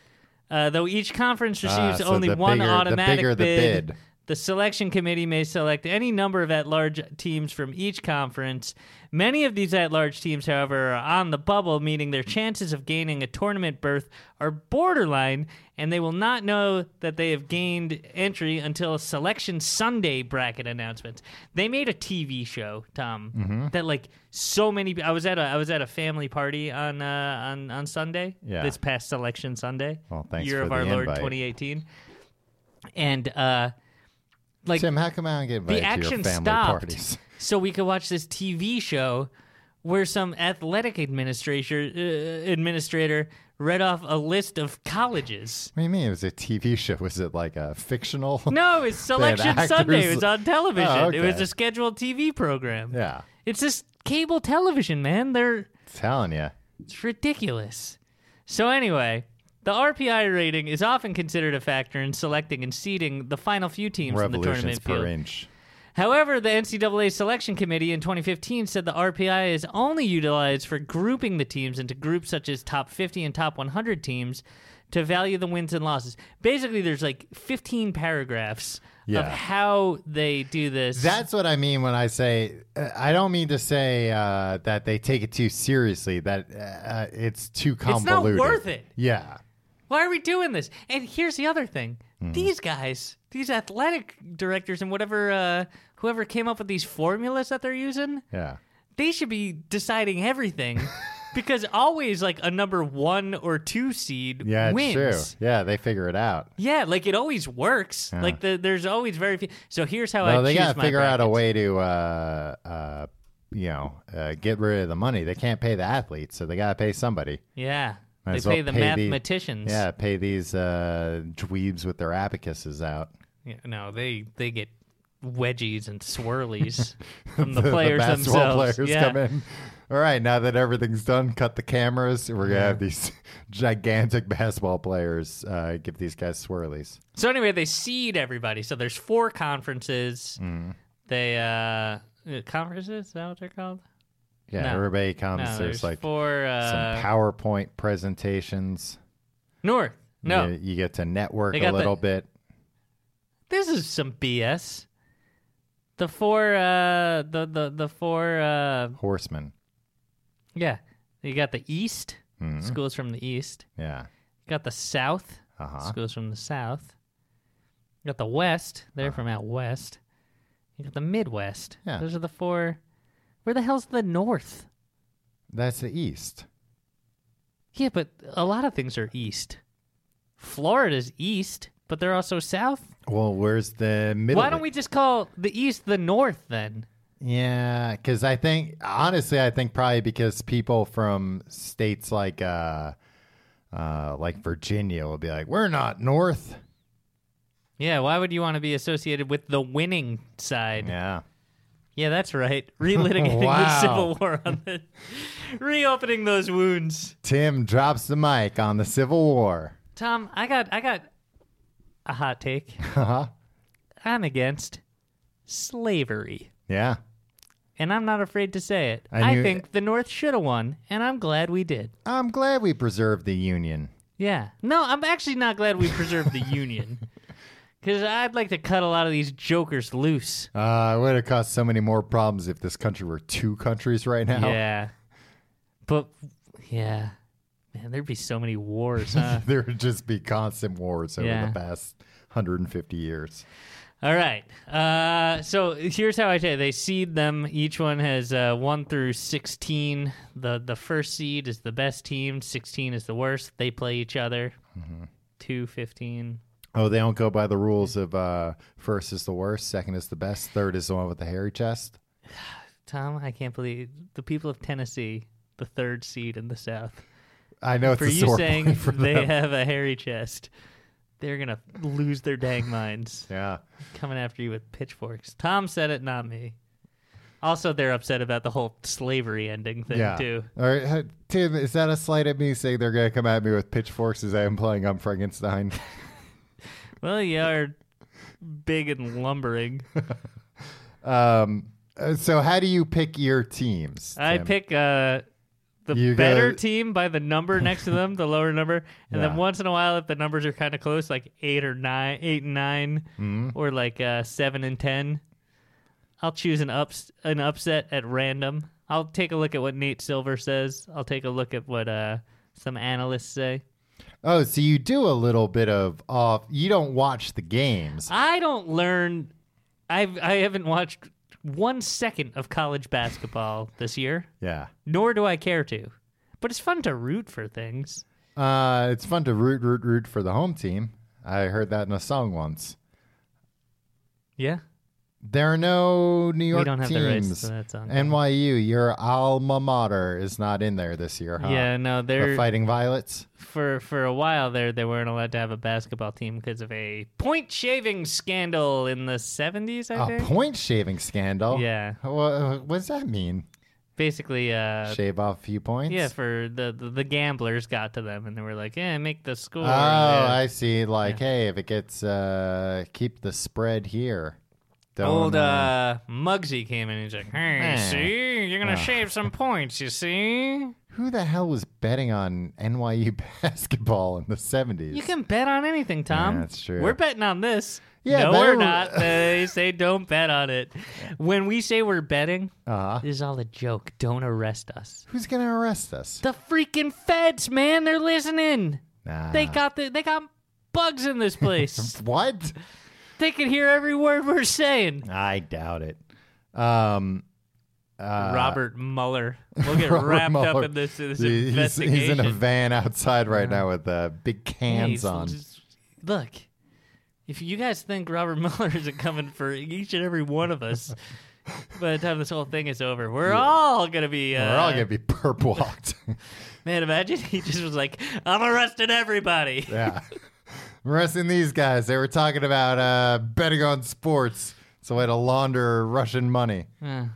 Uh, though each conference receives
Ah, so
only
the
one
bigger- the
automatic
bigger the
bid,
bid.
the selection committee may select any number of at-large teams from each conference. Many of these at-large teams, however, are on the bubble, meaning their chances of gaining a tournament berth are borderline, and they will not know that they have gained entry until selection Sunday bracket announcements. They made a TV show, Tom,
Mm-hmm.
that like so many. I was at a I was at a family party on uh, on on Sunday.
Yeah.
this past selection Sunday.
Well, thanks
year
for
of
the
our Lord
invite.
2018, and uh, like
Tim, how come I don't get
the
invited to
action
your family
stopped
parties?
so we could watch this TV show where some athletic administrator uh, administrator read off a list of colleges.
What do you mean? It was a TV show. Was it like a fictional?
No, it's Selection
actors-
Sunday. It was on television.
Oh,
It was
okay.
a scheduled TV program.
Yeah.
It's just cable television, man. They're
telling you.
It's ridiculous. So, anyway, the RPI rating is often considered a factor in selecting and seeding the final few teams in the
Revolutions
tournament
per
field.
inch.
However, the NCAA selection committee in 2015 said the RPI is only utilized for grouping the teams into groups such as top 50 and top 100 teams to value the wins and losses. Basically, there's like 15 paragraphs of
Yeah.
how they do this.
That's what I mean when I say uh, I don't mean to say uh, that they take it too seriously. That uh, it's too
not
convoluted.
worth it.
Yeah.
Why are we doing this? And here's the other thing: these guys, these athletic directors, and whatever uh, whoever came up with these formulas that they're using,
Yeah.
they should be deciding everything, because always like a number one or two seed
Yeah. It's
wins.
true. Yeah. They figure it out.
Yeah, like it always works. Like the, there's always very few. So here's how I
Well, they
choose
gotta
my
figure out a
brackets.
way to, uh, uh, you know, uh, get rid of the money. They can't pay the athletes, so they gotta pay somebody.
Yeah,
Might
they
as well
pay the
pay the-
mathematicians.
Yeah, pay these uh, dweebs with their abacuses out.
Yeah, no, they they get wedgies and swirlies from the, players
basketball
themselves.
players
yeah.
come in. All right, now that everything's done, cut the cameras. We're gonna have these gigantic basketball players uh, give these guys swirlies.
So anyway, they seed everybody. So there's four conferences.
Hmm.
They uh, uh, conferences. Is that what they're called?
Yeah,
No.
everybody comes.
No,
there's,
there's
Um, like
four. Uh,
some PowerPoint presentations.
North. No,
you, you get to network
They
a
got the-
little bit.
this is some BS. The four. Uh, the the the four. Uh,
Horsemen.
yeah, you got the East.
Mm-hmm.
Schools from the East.
Yeah.
You got the South.
Uh huh.
Schools from the South. You got the West. They're from out west. You got the Midwest.
Uh-huh. Yeah.
Those are the four. Where the hell's the North?
That's the East.
Yeah, but a lot of things are east. Florida's east, but they're also south.
Well, where's the middle? E-
Why don't we just call the east the north then?
Yeah, because I think honestly, I think probably because people from states like uh, uh, like Virginia will be like, we're not North.
Yeah, why would you want to be associated with the winning side? Yeah,
Yeah,
that's right. Relitigating the
Wow.
Civil War on the reopening those wounds.
Tim drops the mic on the Civil War.
Tom, I got I got a hot take.
Uh-huh.
I'm against slavery.
Yeah,
And I'm not afraid to say it.
I
I
knew-
think the North should have won, and I'm glad we did.
I'm glad we preserved the Union.
Yeah. No, I'm actually not glad we preserved the union. Because I'd like to cut a lot of these jokers loose.
Uh, it would have caused so many more problems if this country were two countries right now.
Yeah. But, yeah. Man, there'd be so many wars, huh?
there would just be constant wars over
Yeah.
the past 150 years.
All right. Uh, so here's how I say they seed them. Each one has uh, one through sixteen. the The first seed is the best team. Sixteen is the worst. They play each other.
Mm-hmm.
Two fifteen.
Oh, they don't go by the rules of uh, first is the worst, second is the best, third is the one with the hairy chest.
Tom, I can't believe the people of Tennessee the third seed in the South.
I know it's
for
a
you
sore
saying
point for
they
them.
have a hairy chest, they're gonna lose their dang minds
yeah.
coming after you with pitchforks. Tom said it, not me. Also, they're upset about the whole slavery ending thing
yeah.
too.
All right, uh, Tim, is that a slight at me saying they're going to come at me with pitchforks? Is that implying I'm Frankenstein?
Well, you are big and lumbering.
um, uh, so how do you pick your teams?
I
Tim?
pick uh, the
You
better
go-
team by the number next to them, the lower number, and
Yeah.
then once in a while, if the numbers are kind of close, like eight or nine, eight and 9
Mm-hmm.
or like uh, seven and ten, I'll choose an ups an upset at random. I'll take a look at what Nate Silver says. I'll take a look at what uh, some analysts say.
Oh, so you do a little bit of off. You don't watch the games.
I don't learn. I've I haven't watched one second of college basketball this year.
Yeah.
nor do I care to. But it's fun to root for things.
Uh, it's fun to root, root, root for the home team. I heard that in a song once.
Yeah.
There are no New York
don't have the rights
teams.
to that song.
NYU, your alma mater, is not in there this year, huh?
Yeah, no,
The
they're
Fighting Violets.
for for a while there they weren't allowed to have a basketball team because of a point shaving scandal in the 70s, I
A
think.
point shaving scandal.
Yeah.
Wha- What, does that mean?
Basically uh
Shave off a few points.
yeah, for the, the the gamblers got to them and they were like, "Yeah, make the score."
Oh,
yeah.
I see. Like, hey, if it gets uh, keep the spread here. Don't,
Old uh, Muggsy came in and he's like, "Hey,
Eh.
see, you're gonna shave some points, you see?
Who the hell was betting on NYU basketball in the 70s?
You can bet on anything, Tom.
Yeah, that's true.
We're betting on this.
Yeah,
no,
bet
we're
on-
not. they say don't bet on it. When we say we're betting,
Uh-huh.
this is all a joke. Don't arrest us.
Who's going to arrest us?
The freaking feds, man, they're listening.
Nah.
They got the, they got bugs in this place.
What?
they can hear every word we're saying.
I doubt it. Um, uh,
Robert Mueller. We'll get
Robert
wrapped up
Mueller.
in this, this
he- he's,
investigation.
he's in a van outside right now with uh, big
Hey,
cans on.
just- Look, if you guys think Robert Mueller isn't coming for each and every one of us, by the time this whole thing is over, we're all gonna be. Uh,
We're all gonna be perp walked.
Man, imagine he just was like, "I'm arresting everybody."
yeah, arresting these guys. They were talking about uh, betting on sports. It's a way to launder Russian money.
Yeah.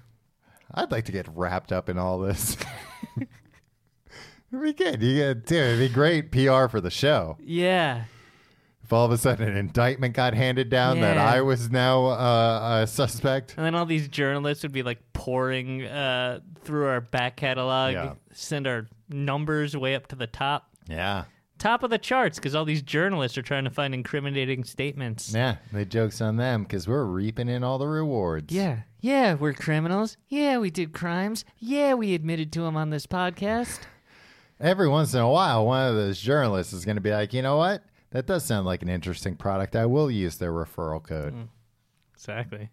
I'd like to get wrapped up in all this. It'd be good. You get, dude, it'd be great PR for the show.
yeah.
If all of a sudden an indictment got handed down that
Yeah.
I was now uh, a suspect.
And then all these journalists would be like pouring uh, through our back catalog,
Yeah.
send our numbers way up to the top,
Yeah.
top of the charts, because all these journalists are trying to find incriminating statements.
Yeah, the joke's on them because we're reaping in all the rewards.
Yeah. Yeah, we're criminals. Yeah, we did crimes. Yeah, we admitted to them on this podcast.
Every once in a while, one of those journalists is going to be like, you know what? That does sound like an interesting product. I will use their referral code. Um,
Exactly.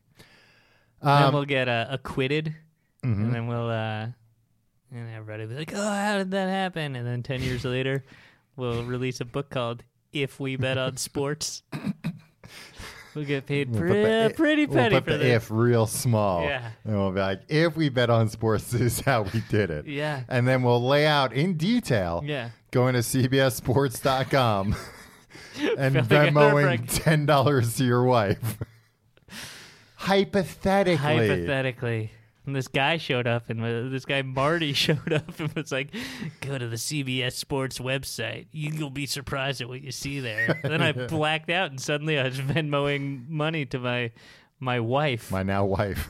then Mm. we'll get uh, acquitted,
mm-hmm.
and then we'll, uh, and everybody will be like, oh, how did that happen? And then 10 years later, we'll release a book called If We Bet on Sports. we'll get paid
We'll put the
pre-
i-
pretty
we'll
penny
put
for
the
this.
if real small.
Yeah.
And we'll be like, if we bet on sports, this is how we did it.
Yeah.
And then we'll lay out in detail
Yeah.
going to cbsports.com and
Filling in our
Venmoing
break.
$10 to your wife. Hypothetically.
Hypothetically. And this guy showed up, and uh, this guy Marty showed up and was like, "Go to the CBS Sports website. You- You'll be surprised at what you see there." then I blacked out, and suddenly I was Venmoing money to my my wife.
my now wife.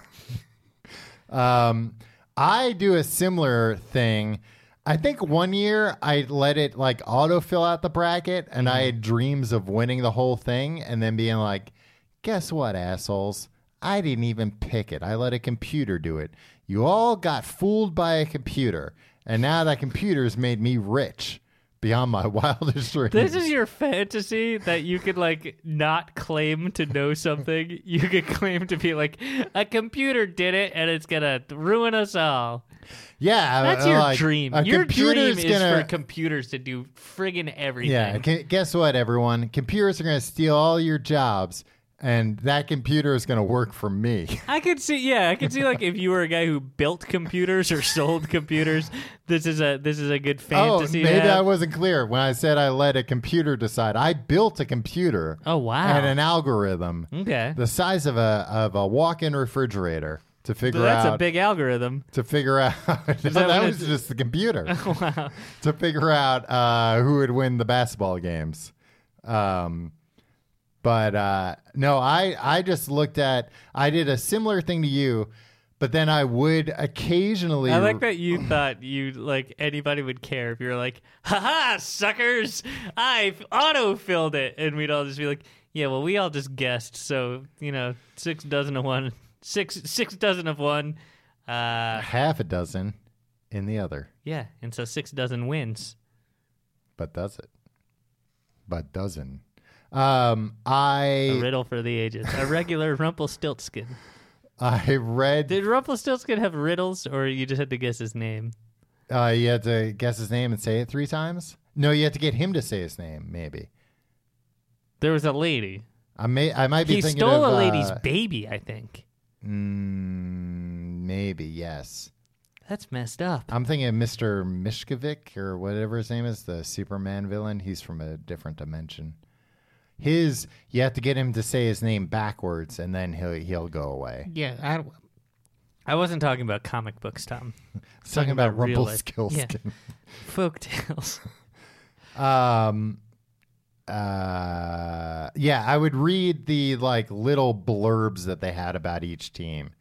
um, I do a similar thing. I think one year I let it like autofill out the bracket, and I
Mm-hmm.
had dreams of winning the whole thing, and then being like, "Guess what, assholes? I didn't even pick it. I let a computer do it. You all got fooled by a computer, and now that computer's made me rich beyond my wildest dreams."
this is your fantasy that you could like not claim to know something. You could claim to be like a computer did it, and it's gonna ruin us all.
yeah,
That's your
Uh, like,
dream.
a
Your dream
computer's
is
gonna-
for computers to do friggin' everything.
Yeah, gu- guess what, everyone? Computers are going to steal all your jobs, and that computer is going to work for me.
I could see, yeah, I could see like if you were a guy who built computers or sold computers, this is a this is a good fantasy.
oh,
to
maybe
have.
I wasn't clear when I said I let a computer decide. I built a computer.
Oh, wow. Hmm.
And an algorithm
Okay,
the size of a of a walk-in refrigerator to figure
that's
out
a big algorithm.
to figure out No,
that Oh,
that,
what
was
it-
just the computer to figure out uh, who would win the basketball games um, but uh, no I, I just looked at i did a similar thing to you but then i would occasionally
I like that you thought you like anybody would care if you were like, haha, suckers, I auto filled it, and we'd all just be like, yeah, well, we all just guessed, so you know, six dozen of one, six six dozen of one, uh,
half a dozen in the other
yeah, and so six dozen wins.
but does it but doesn't um, I
A riddle for the ages, a regular Rumpelstiltskin.
I read
Did Rumpelstiltskin have riddles, or you just had to guess his name?
Uh, you had to guess his name and say it three times. No, you had to get him to say his name. Maybe
There was a lady.
I may. I might be
He
thinking
stole
of,
a lady's
uh,
baby, I think.
mm, maybe yes.
That's messed up.
I'm thinking of Mr. Mishkovic or whatever his name is, the Superman villain. He's from a different dimension. His you have to get him to say his name backwards, and then he'll he'll go away.
Yeah, I, I wasn't talking about comic books, Tom.
Talking about
about real life.
Rumpelstiltskin.
Folk tales.
um uh yeah i would read the like little blurbs that they had about each team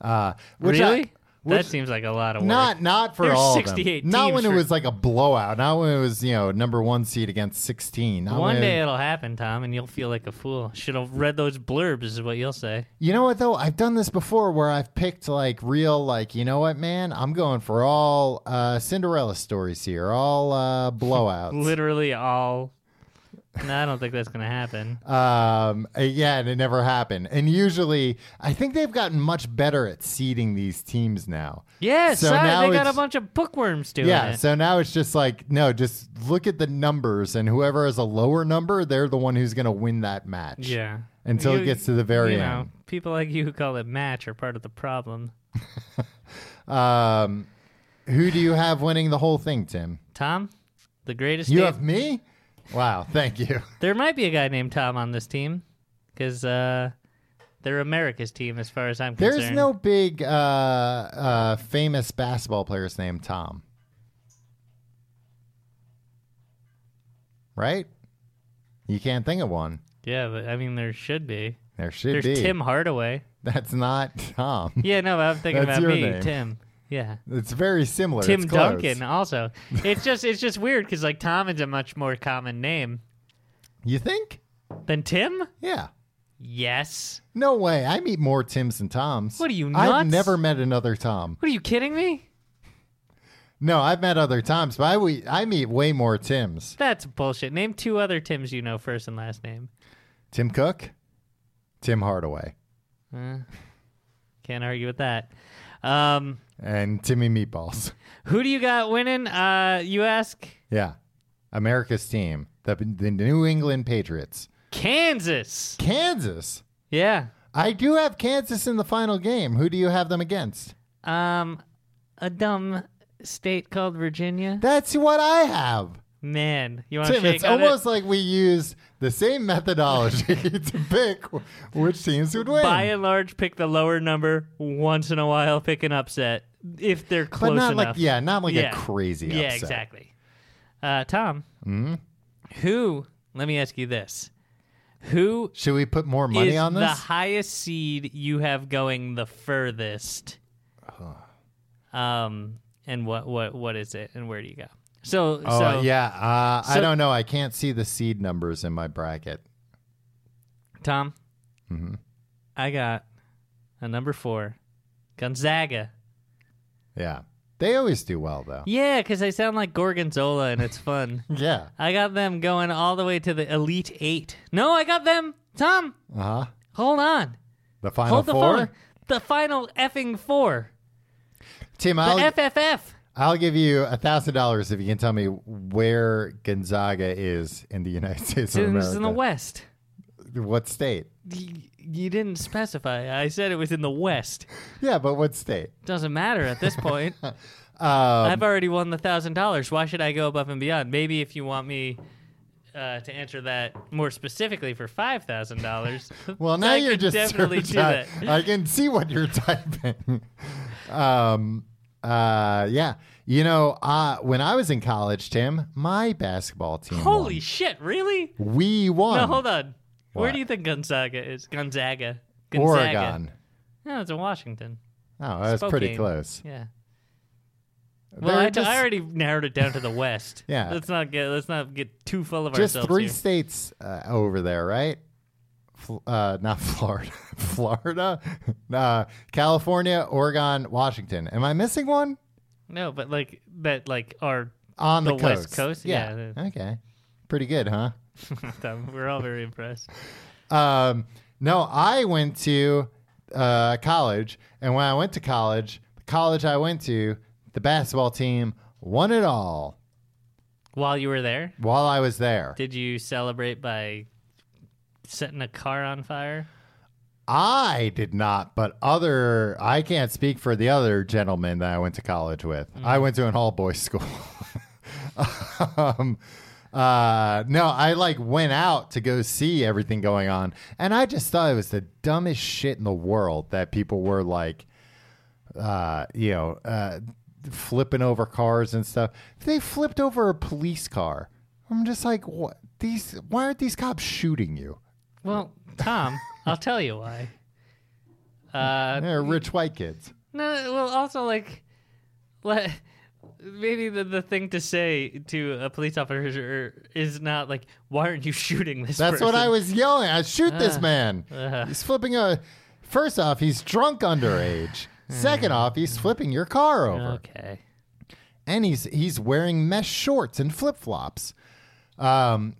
uh which I-
really?
which-
that seems like a lot of work.
not not for
There's
all
68
of them. not
teams
when it
for-
was like a blowout not when it was you know number one seed against 16 not
One
when-
day it'll happen, Tom, and you'll feel like a fool. Should have read those blurbs, is what you'll say.
you know what though i've done this before where i've picked like real like you know what man i'm going for all uh cinderella stories here all uh blowouts
Literally all. No, I don't think that's gonna happen.
Um, uh, yeah, and it never happened. And usually, I think they've gotten much better at seeding these teams now.
Yeah,
So
sorry,
now
they got a
it's-
bunch of bookworms doing
Yeah,
it.
so now it's just like, no, just look at the numbers, and whoever has a lower number, they're the one who's going to win that match.
yeah.
Until it gets to the very
you know,
end.
people like you who call it match are part of the problem.
Um, who do you have winning the whole thing, Tim?
Tom, the greatest.
You
name-
have me? Wow, thank you.
There might be a guy named Tom on this team because uh, they're America's team, as far as I'm
There's
concerned.
no big uh, uh, famous basketball players named Tom. Right? You can't think of one.
Yeah, but I mean, there should be.
There should
There's
be.
Tim Hardaway.
That's not Tom.
Yeah, no, but I'm thinking
That's
about
your
me,
name.
Tim. Yeah.
It's very similar.
Tim
It's close.
Duncan also. It's just it's just weird because like Tom is a much more common name
You think?
than Tim.
Yeah.
Yes.
No way. I meet more Tims than Toms.
What are you,
I've
nuts?
never met another Tom.
What are you kidding me?
No, I've met other Toms, but I, we, I meet way more Tims.
That's bullshit. Name two other Tims you know first and last name.
Tim Cook, Tim Hardaway,
Can't argue with that. Um,
and Timmy Meatballs.
who do you got winning? Uh, you ask.
Yeah. America's team, the, the New England Patriots.
Kansas.
Kansas.
Yeah.
I do have Kansas in the final game. Who do you have them against?
Um, a dumb state called Virginia.
That's what I have.
Man, you want to
Tim,
shake
it's
on Oh, it?
almost like we used the same methodology to pick wh- which teams would win.
by and large pick the lower number. Once in a while, pick an upset if they're
but
close
not
enough.
like yeah, not like
Yeah.
a crazy
yeah,
upset. Mm-hmm.
exactly. Uh, Tom, who? Let me ask you this: Who
Should we put more money
is
on
the
this?
highest seed you have going the furthest? Um, and what what what is it? And where do you go? So
oh
so
yeah, uh, I
so-
don't know. I can't see the seed numbers in my bracket.
Tom,
Mm-hmm.
I got a number four, Gonzaga.
Yeah, they always do well though.
Yeah, because they sound like Gorgonzola and it's fun.
Yeah.
I got them going all the way to the Elite Eight. No, I got them. Tom,
Uh huh.
hold on.
The final
hold the
four.
phone. The final effing four.
Tim,
The
I'll,
FFF.
I'll give you a thousand dollars if you can tell me where Gonzaga is in the United States of
It's
America.
in the West.
What state?
Y- You didn't specify. I said it was in the West.
Yeah, but what state?
Doesn't matter at this point.
Um,
I've already won the thousand dollars. Why should I go above and beyond? Maybe if you want me uh, to answer that more specifically for five thousand dollars.
well, now
I
you're
could
just
definitely do
sort of
that.
ty- I can see what you're typing. um, uh, yeah, you know, uh, when I was in college, Tim, my basketball team.
Holy shit! Really?
won. we won.
No, hold on. Where
What?
do you think Gonzaga is? Gonzaga. Gonzaga.
Oregon.
No, it's in Washington.
Oh, I was pretty
Spokane.
close.
Yeah. Well,
They're
I,
just-
I already narrowed it down to the West.
Yeah.
Let's not get let's not get too full of
just
ourselves.
three
here.
states uh, over there, right? Fl- uh, not Florida, Florida, uh, California, Oregon, Washington. Am I missing one?
No, but like that, like our
On the,
The West Coast?
yeah. Okay, pretty good, huh?
we're all very impressed.
Um, no, I went to uh, college, and when I went to college, the college I went to, the basketball team won it all
While you were there,
while I was there.
did you celebrate by setting a car on fire?
I did not, but other I can't speak for the other gentleman that I went to college with. I went to an all boys school. um, uh, no, I like went out to go see everything going on, and I just thought it was the dumbest shit in the world that people were like, uh, you know, uh, flipping over cars and stuff. They flipped over a police car. I'm just like, what? These? Why aren't these cops shooting you?
Well, Tom, I'll tell you why. Uh,
They're rich white kids.
no, well, also like, le- maybe the, the thing to say to a police officer is not like, "Why aren't you shooting this?"
That's what I
person?"
was yelling. I shoot this man. he's flipping a. First off, he's drunk underage. Second off, he's flipping your car over,
Okay.
and he's he's wearing mesh shorts and flip flops. Um,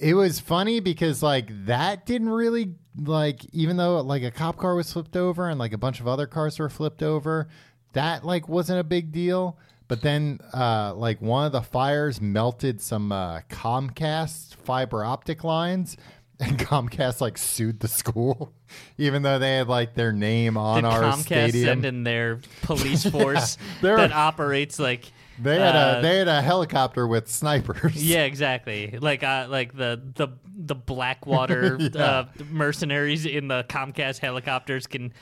it was funny because like that didn't really like even though like a cop car was flipped over and like a bunch of other cars were flipped over, that like wasn't a big deal. But then uh, like one of the fires melted some uh, Comcast fiber optic lines. And Comcast like sued the school, even though they had like their name on
Did
our
Comcast
stadium.
send in their police force
they're-
that operates like
they had
uh,
a they had a helicopter with snipers.
Yeah, exactly. Like uh, like the the the Blackwater uh, mercenaries in the Comcast helicopters can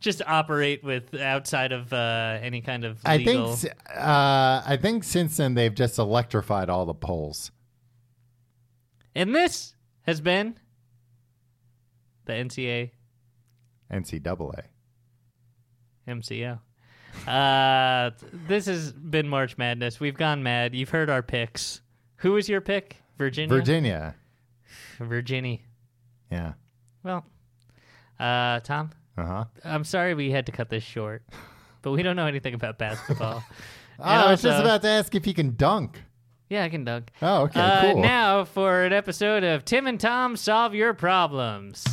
just operate with outside of uh, any kind of
I
legal.
think s- uh, I think since then they've just electrified all the poles.
and this has been the NCA
NCAA.
MCO. Uh, this has been March Madness. We've gone mad. You've heard our picks. Who was your pick? Virginia.
Virginia.
Virginia.
Yeah.
Well, uh, Tom.
Uh huh.
I'm sorry we had to cut this short, but we don't know anything about basketball. And
Oh, I was Ah, just
also-
about to ask if you can dunk.
Yeah, I can dunk.
Oh, okay,
uh,
cool.
Now for an episode of Tim and Tom Solve Your Problems.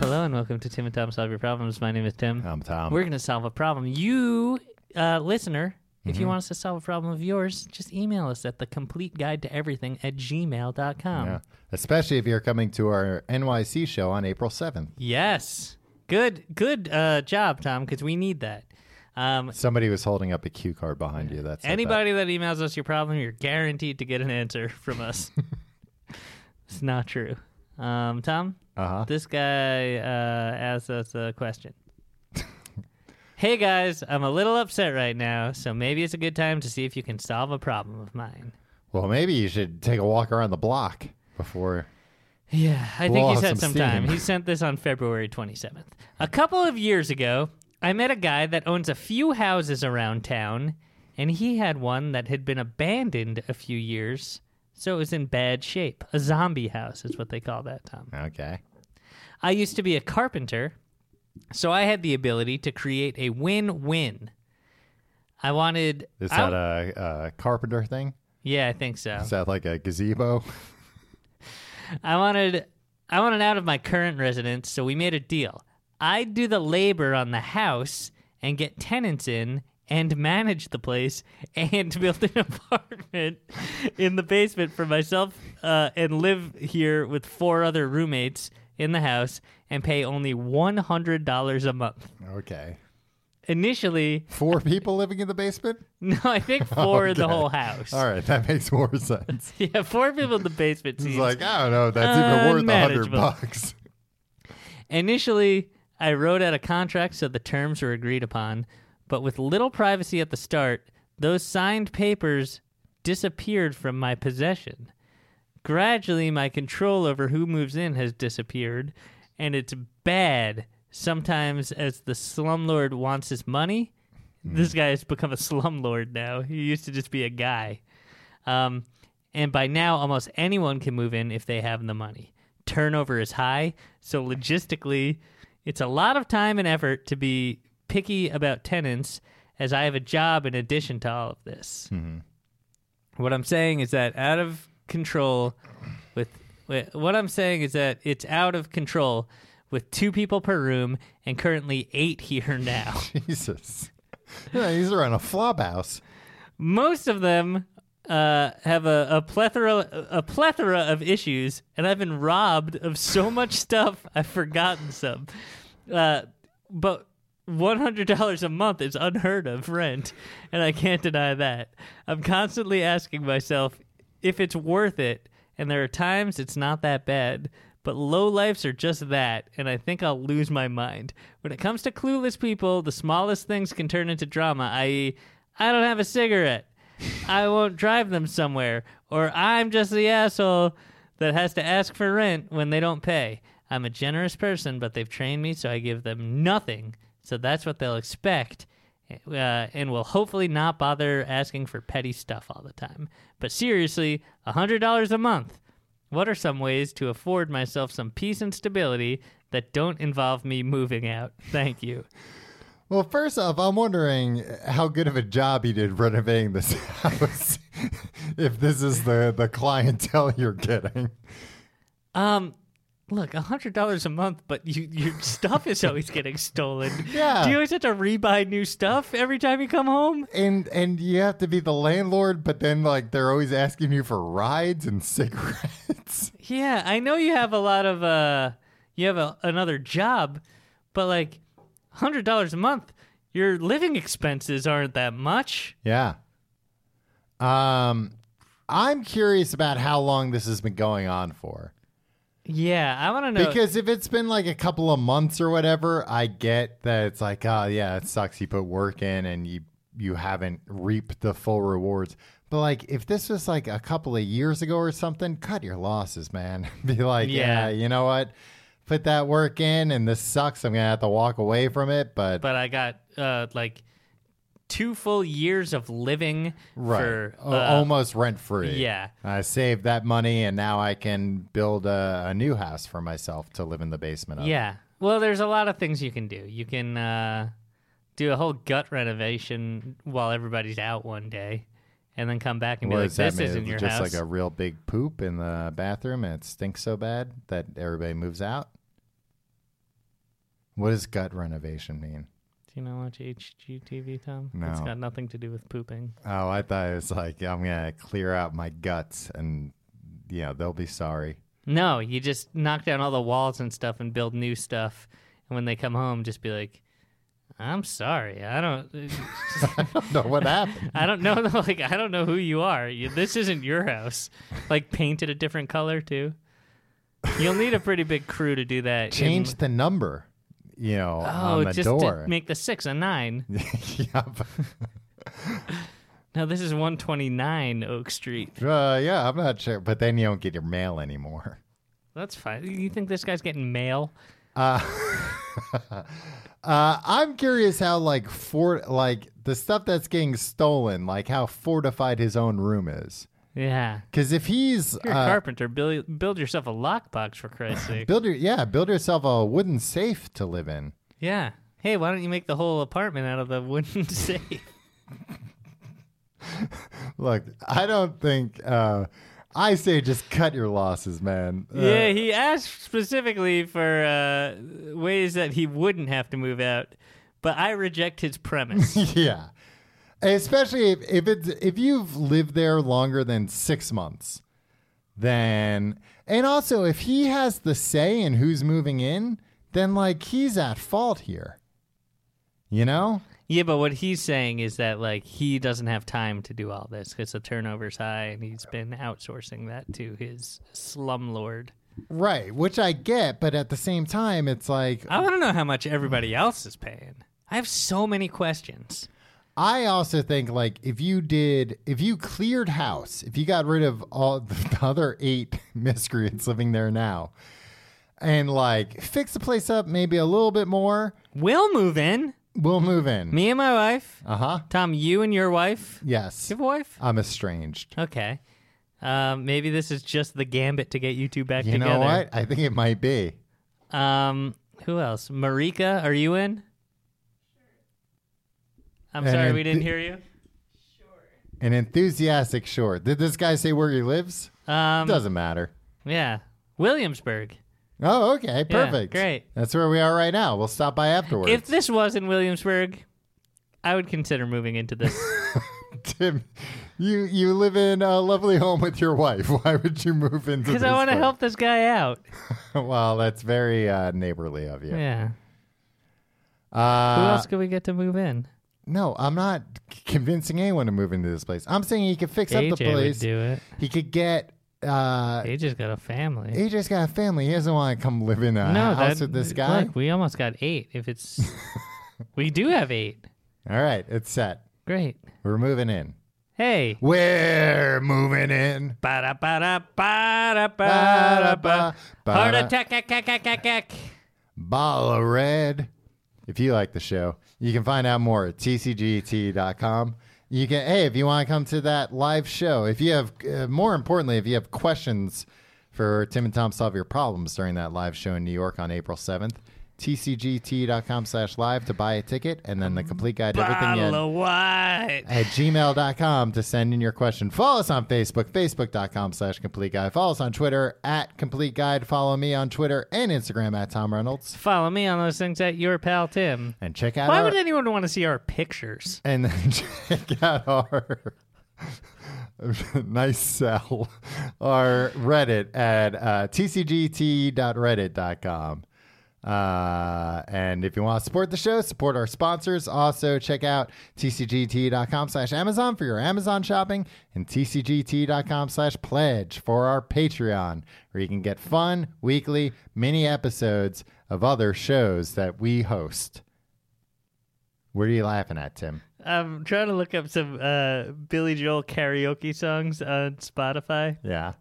Hello and welcome to Tim and Tom Solve Your Problems. My name is Tim.
I'm Tom.
We're going to solve a problem. You, uh, listener, if you want us to solve a problem of yours, just email us at the complete guide to everything at gmail.com.
yeah. Especially if you're coming to our NYC show on April 7th.
Yes. Good, good uh, job, Tom, because we need that. Um,
Somebody was holding up a cue card behind you. That's
anybody that emails us your problem, you're guaranteed to get an answer from us. it's not true. Um, Tom,
Uh huh.
This guy uh, asked us a question. hey guys, I'm a little upset right now, so maybe it's a good time to see if you can solve a problem of mine.
Well, maybe you should take a walk around the block before.
Yeah, I
Blow
think
off
he's had
some
some, time.
steam.
He sent this on February 27th. A couple of years ago, I met a guy that owns a few houses around town, and he had one that had been abandoned a few years, so it was in bad shape. A zombie house is what they call that, Tom.
Okay.
I used to be a carpenter, so I had the ability to create a win-win. I wanted
Is
I-
that a, a carpenter thing?
Yeah, I think so.
Is that like a gazebo?
I wanted I wanted out of my current residence, so we made a deal. I'd do the labor on the house and get tenants in and manage the place and build an apartment in the basement for myself uh, and live here with four other roommates in the house and pay only $100 a month.
Okay.
Initially,
Four people living in the basement?
no, I think four in the
Okay.
whole house.
All right, that makes more sense.
Yeah, four people in the basement
It's
seems
like, I don't know, that's even worth a hundred
Unmanageable.
bucks.
Initially, I wrote out a contract so the terms were agreed upon, but with little privacy at the start, those signed papers disappeared from my possession. Gradually, my control over who moves in has disappeared, and it's bad. Sometimes, as the slumlord wants his money, this guy has become a slumlord now. He used to just be a guy. Um, and by now, almost anyone can move in if they have the money. Turnover is high, so logistically, it's a lot of time and effort to be picky about tenants, as I have a job in addition to all of this. What I'm saying is that out of control with, with what I'm saying is that it's out of control with two people per room and currently eight here now.
Jesus. Yeah, he's around a flop house.
most of them uh, have a, a plethora a plethora of issues, and I've been robbed of so much stuff I've forgotten some. Uh, but one hundred dollars a month is unheard of rent, and I can't deny that. I'm constantly asking myself if it's worth it, and there are times it's not that bad. But low lifes are just that, and I think I'll lose my mind. When it comes to clueless people, the smallest things can turn into drama, i.e., I don't have a cigarette. I won't drive them somewhere. Or I'm just the asshole that has to ask for rent when they don't pay. I'm a generous person, but they've trained me, so I give them nothing. So that's what they'll expect. Uh, and will hopefully not bother asking for petty stuff all the time. But seriously, $100 a month. What are some ways to afford myself some peace and stability that don't involve me moving out? Thank you.
Well, first off, I'm wondering how good of a job he did renovating this house. if this is the, the clientele you're getting.
Um, look, a hundred dollars a month, but you, your stuff is always getting stolen.
Yeah.
Do you always have to rebuy new stuff every time you come home?
And and you have to be the landlord, but then like they're always asking you for rides and cigarettes.
Yeah, I know you have a lot of uh, you have a, another job, but like, hundred dollars a month, your living expenses aren't that much.
yeah. Um I'm curious about how long this has been going on for.
Yeah, I want to know.
Because if it's been like a couple of months or whatever, I get that it's like, oh yeah, it sucks. You put work in and you you haven't reaped the full rewards. But like, if this was like a couple of years ago or something, cut your losses, man. Be like, yeah.
Yeah.
you know what? Put that work in, and this sucks. I'm gonna have to walk away from it. But,
but I got uh, like two full years of living
right, Oh,
for
O-
uh,
almost rent free.
yeah.
I saved that money, and now I can build a, a new house for myself to live in the basement of.
Yeah. Well, there's a lot of things you can do. You can uh, do a whole gut renovation while everybody's out one day, and then come back and be
What
like,
does that
"This
mean?
isn't
It's
your
just
house."
like a real big poop in the bathroom and it stinks so bad that everybody moves out. What does gut renovation mean?
do you not watch HGTV, Tom?
No.
It's got nothing to do with pooping.
Oh, I thought it was like I'm gonna clear out my guts and yeah, they'll be sorry.
No, you just knock down all the walls and stuff and build new stuff, and when they come home, just be like, "I'm sorry, I don't,
no, what happened?
I don't know, like I don't know who you are. You, this isn't your house." Like painted a different color too. You'll need a pretty big crew to do that. in-
Change the number, you know, on
Oh,
the
just
door.
to make the six a nine.
Yup.
No, this is one twenty nine Oak Street.
Uh, yeah, I'm not sure, but then you don't get your mail anymore.
That's fine. You think this guy's getting mail?
Uh, I'm curious how like fort like the stuff that's getting stolen, like how fortified his own room is.
Yeah.
Because if he's
You're a
uh,
carpenter. Build, build yourself a lockbox for Christ's sake.
build your yeah build yourself a wooden safe to live in.
yeah. Hey, why don't you make the whole apartment out of the wooden safe?
Look, I don't think. Uh, I say just cut your losses, man. Uh,
yeah, he asked specifically for uh, ways that he wouldn't have to move out, but I reject his premise.
yeah. Especially if, if it's if you've lived there longer than six months, then and also if he has the say in who's moving in, then like he's at fault here. You know?
yeah, but what he's saying is that like he doesn't have time to do all this because the turnover's high, and he's been outsourcing that to his slumlord.
Right, which I get, but at the same time it's like
I want to know how much everybody else is paying. I have so many questions.
I also think like if you did if you cleared house, if you got rid of all the other eight miscreants living there now and like fix the place up maybe a little bit more,
We'll move in.
we'll move in.
Me and my wife.
Uh-huh.
Tom, you and your wife.
Yes.
You have a wife?
I'm estranged.
Okay. Um, maybe this is just the gambit to get you two back
You
together.
know what? I think it might be.
what? Um, who else? Marika, are you in? I'm
And
sorry
then
we didn't
th-
hear you.
An enthusiastic short. Did this guy say where he lives?
Um,
Doesn't matter.
yeah. Williamsburg.
Oh, okay. Perfect.
great.
That's where we are right now. We'll stop by afterwards.
If this wasn't Williamsburg, I would consider moving into this.
Tim, you you live in a lovely home with your wife. Why would you move into? Because
Because I want to help this guy out.
well, that's very uh, neighborly of you.
Yeah.
Uh,
Who else could we get to move in?
No, I'm not c- convincing anyone to move into this place. I'm saying he could fix
AJ
up the place.
would do it.
He could get. Uh,
AJ's got a family.
he just got a family. He doesn't want to come live in a
no,
house
that,
with this guy.
Look, we almost got eight. If it's, we do have eight.
All right, it's set.
Great.
We're moving in.
Hey.
We're moving in.
Ba-da, ba-da, ba-da, ba-da,
Ba-da,
ba.
ba,
Heart
ba-da.
attack, ack, ack, ack, ack, ack.
Ball of Red. If you like the show, you can find out more at tcgt.com. You can, hey, if you want to come to that live show, if you have, uh, more importantly, if you have questions for Tim and Tom Solve Your Problems during that live show in New York on April 7th, tcgt.com slash live to buy a ticket and then the complete guide to everything you
Bottle of wine.
at gmail.com to send in your question. Follow us on Facebook, facebook.com slash complete guide. Follow us on Twitter at complete guide. Follow me on Twitter and Instagram at Tom Reynolds.
Follow me on those things at your pal Tim.
And check out
Why
our,
would anyone want to see our pictures?
and then check out our nice sell our Reddit at uh, tcgt.reddit.com. Uh, and if you want to support the show, support our sponsors. Also, check out tcgt.com slash Amazon for your Amazon shopping and tcgt.com slash pledge for our Patreon, where you can get fun weekly mini episodes of other shows that we host. What are you laughing at, Tim?
I'm trying to look up some uh, Billy Joel karaoke songs on Spotify,
Yeah.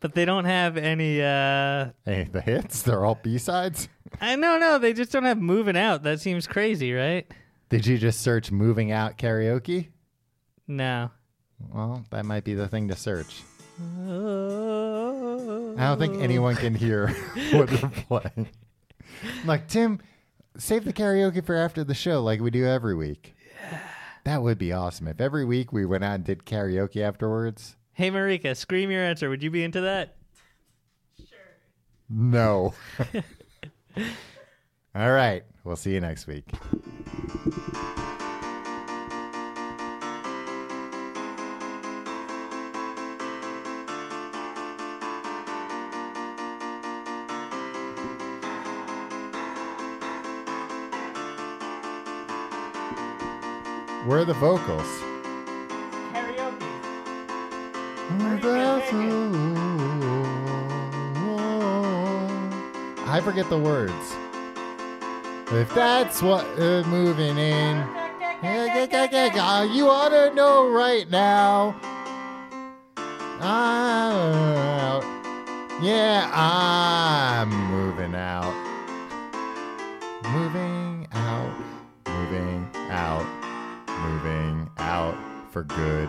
but they don't have any. Uh,
Hey, the hits, they're all B sides.
I no no, they just don't have moving out. That seems crazy, right?
Did you just search moving out karaoke?
No.
Well, that might be the thing to search.
Oh.
I don't think anyone can hear what they're playing. I'm like, Tim, save the karaoke for after the show like we do every week. That would be awesome. If every week we went out and did karaoke afterwards.
Hey Marika, scream your answer. Would you be into that?
No. all right. We'll see you next week. Where are the vocals?
Karaoke.
I forget the words. If that's what uh, moving in, Uh, you ought to know right now. I'm out. Yeah, I'm moving out. Moving out. Moving out. Moving out for good.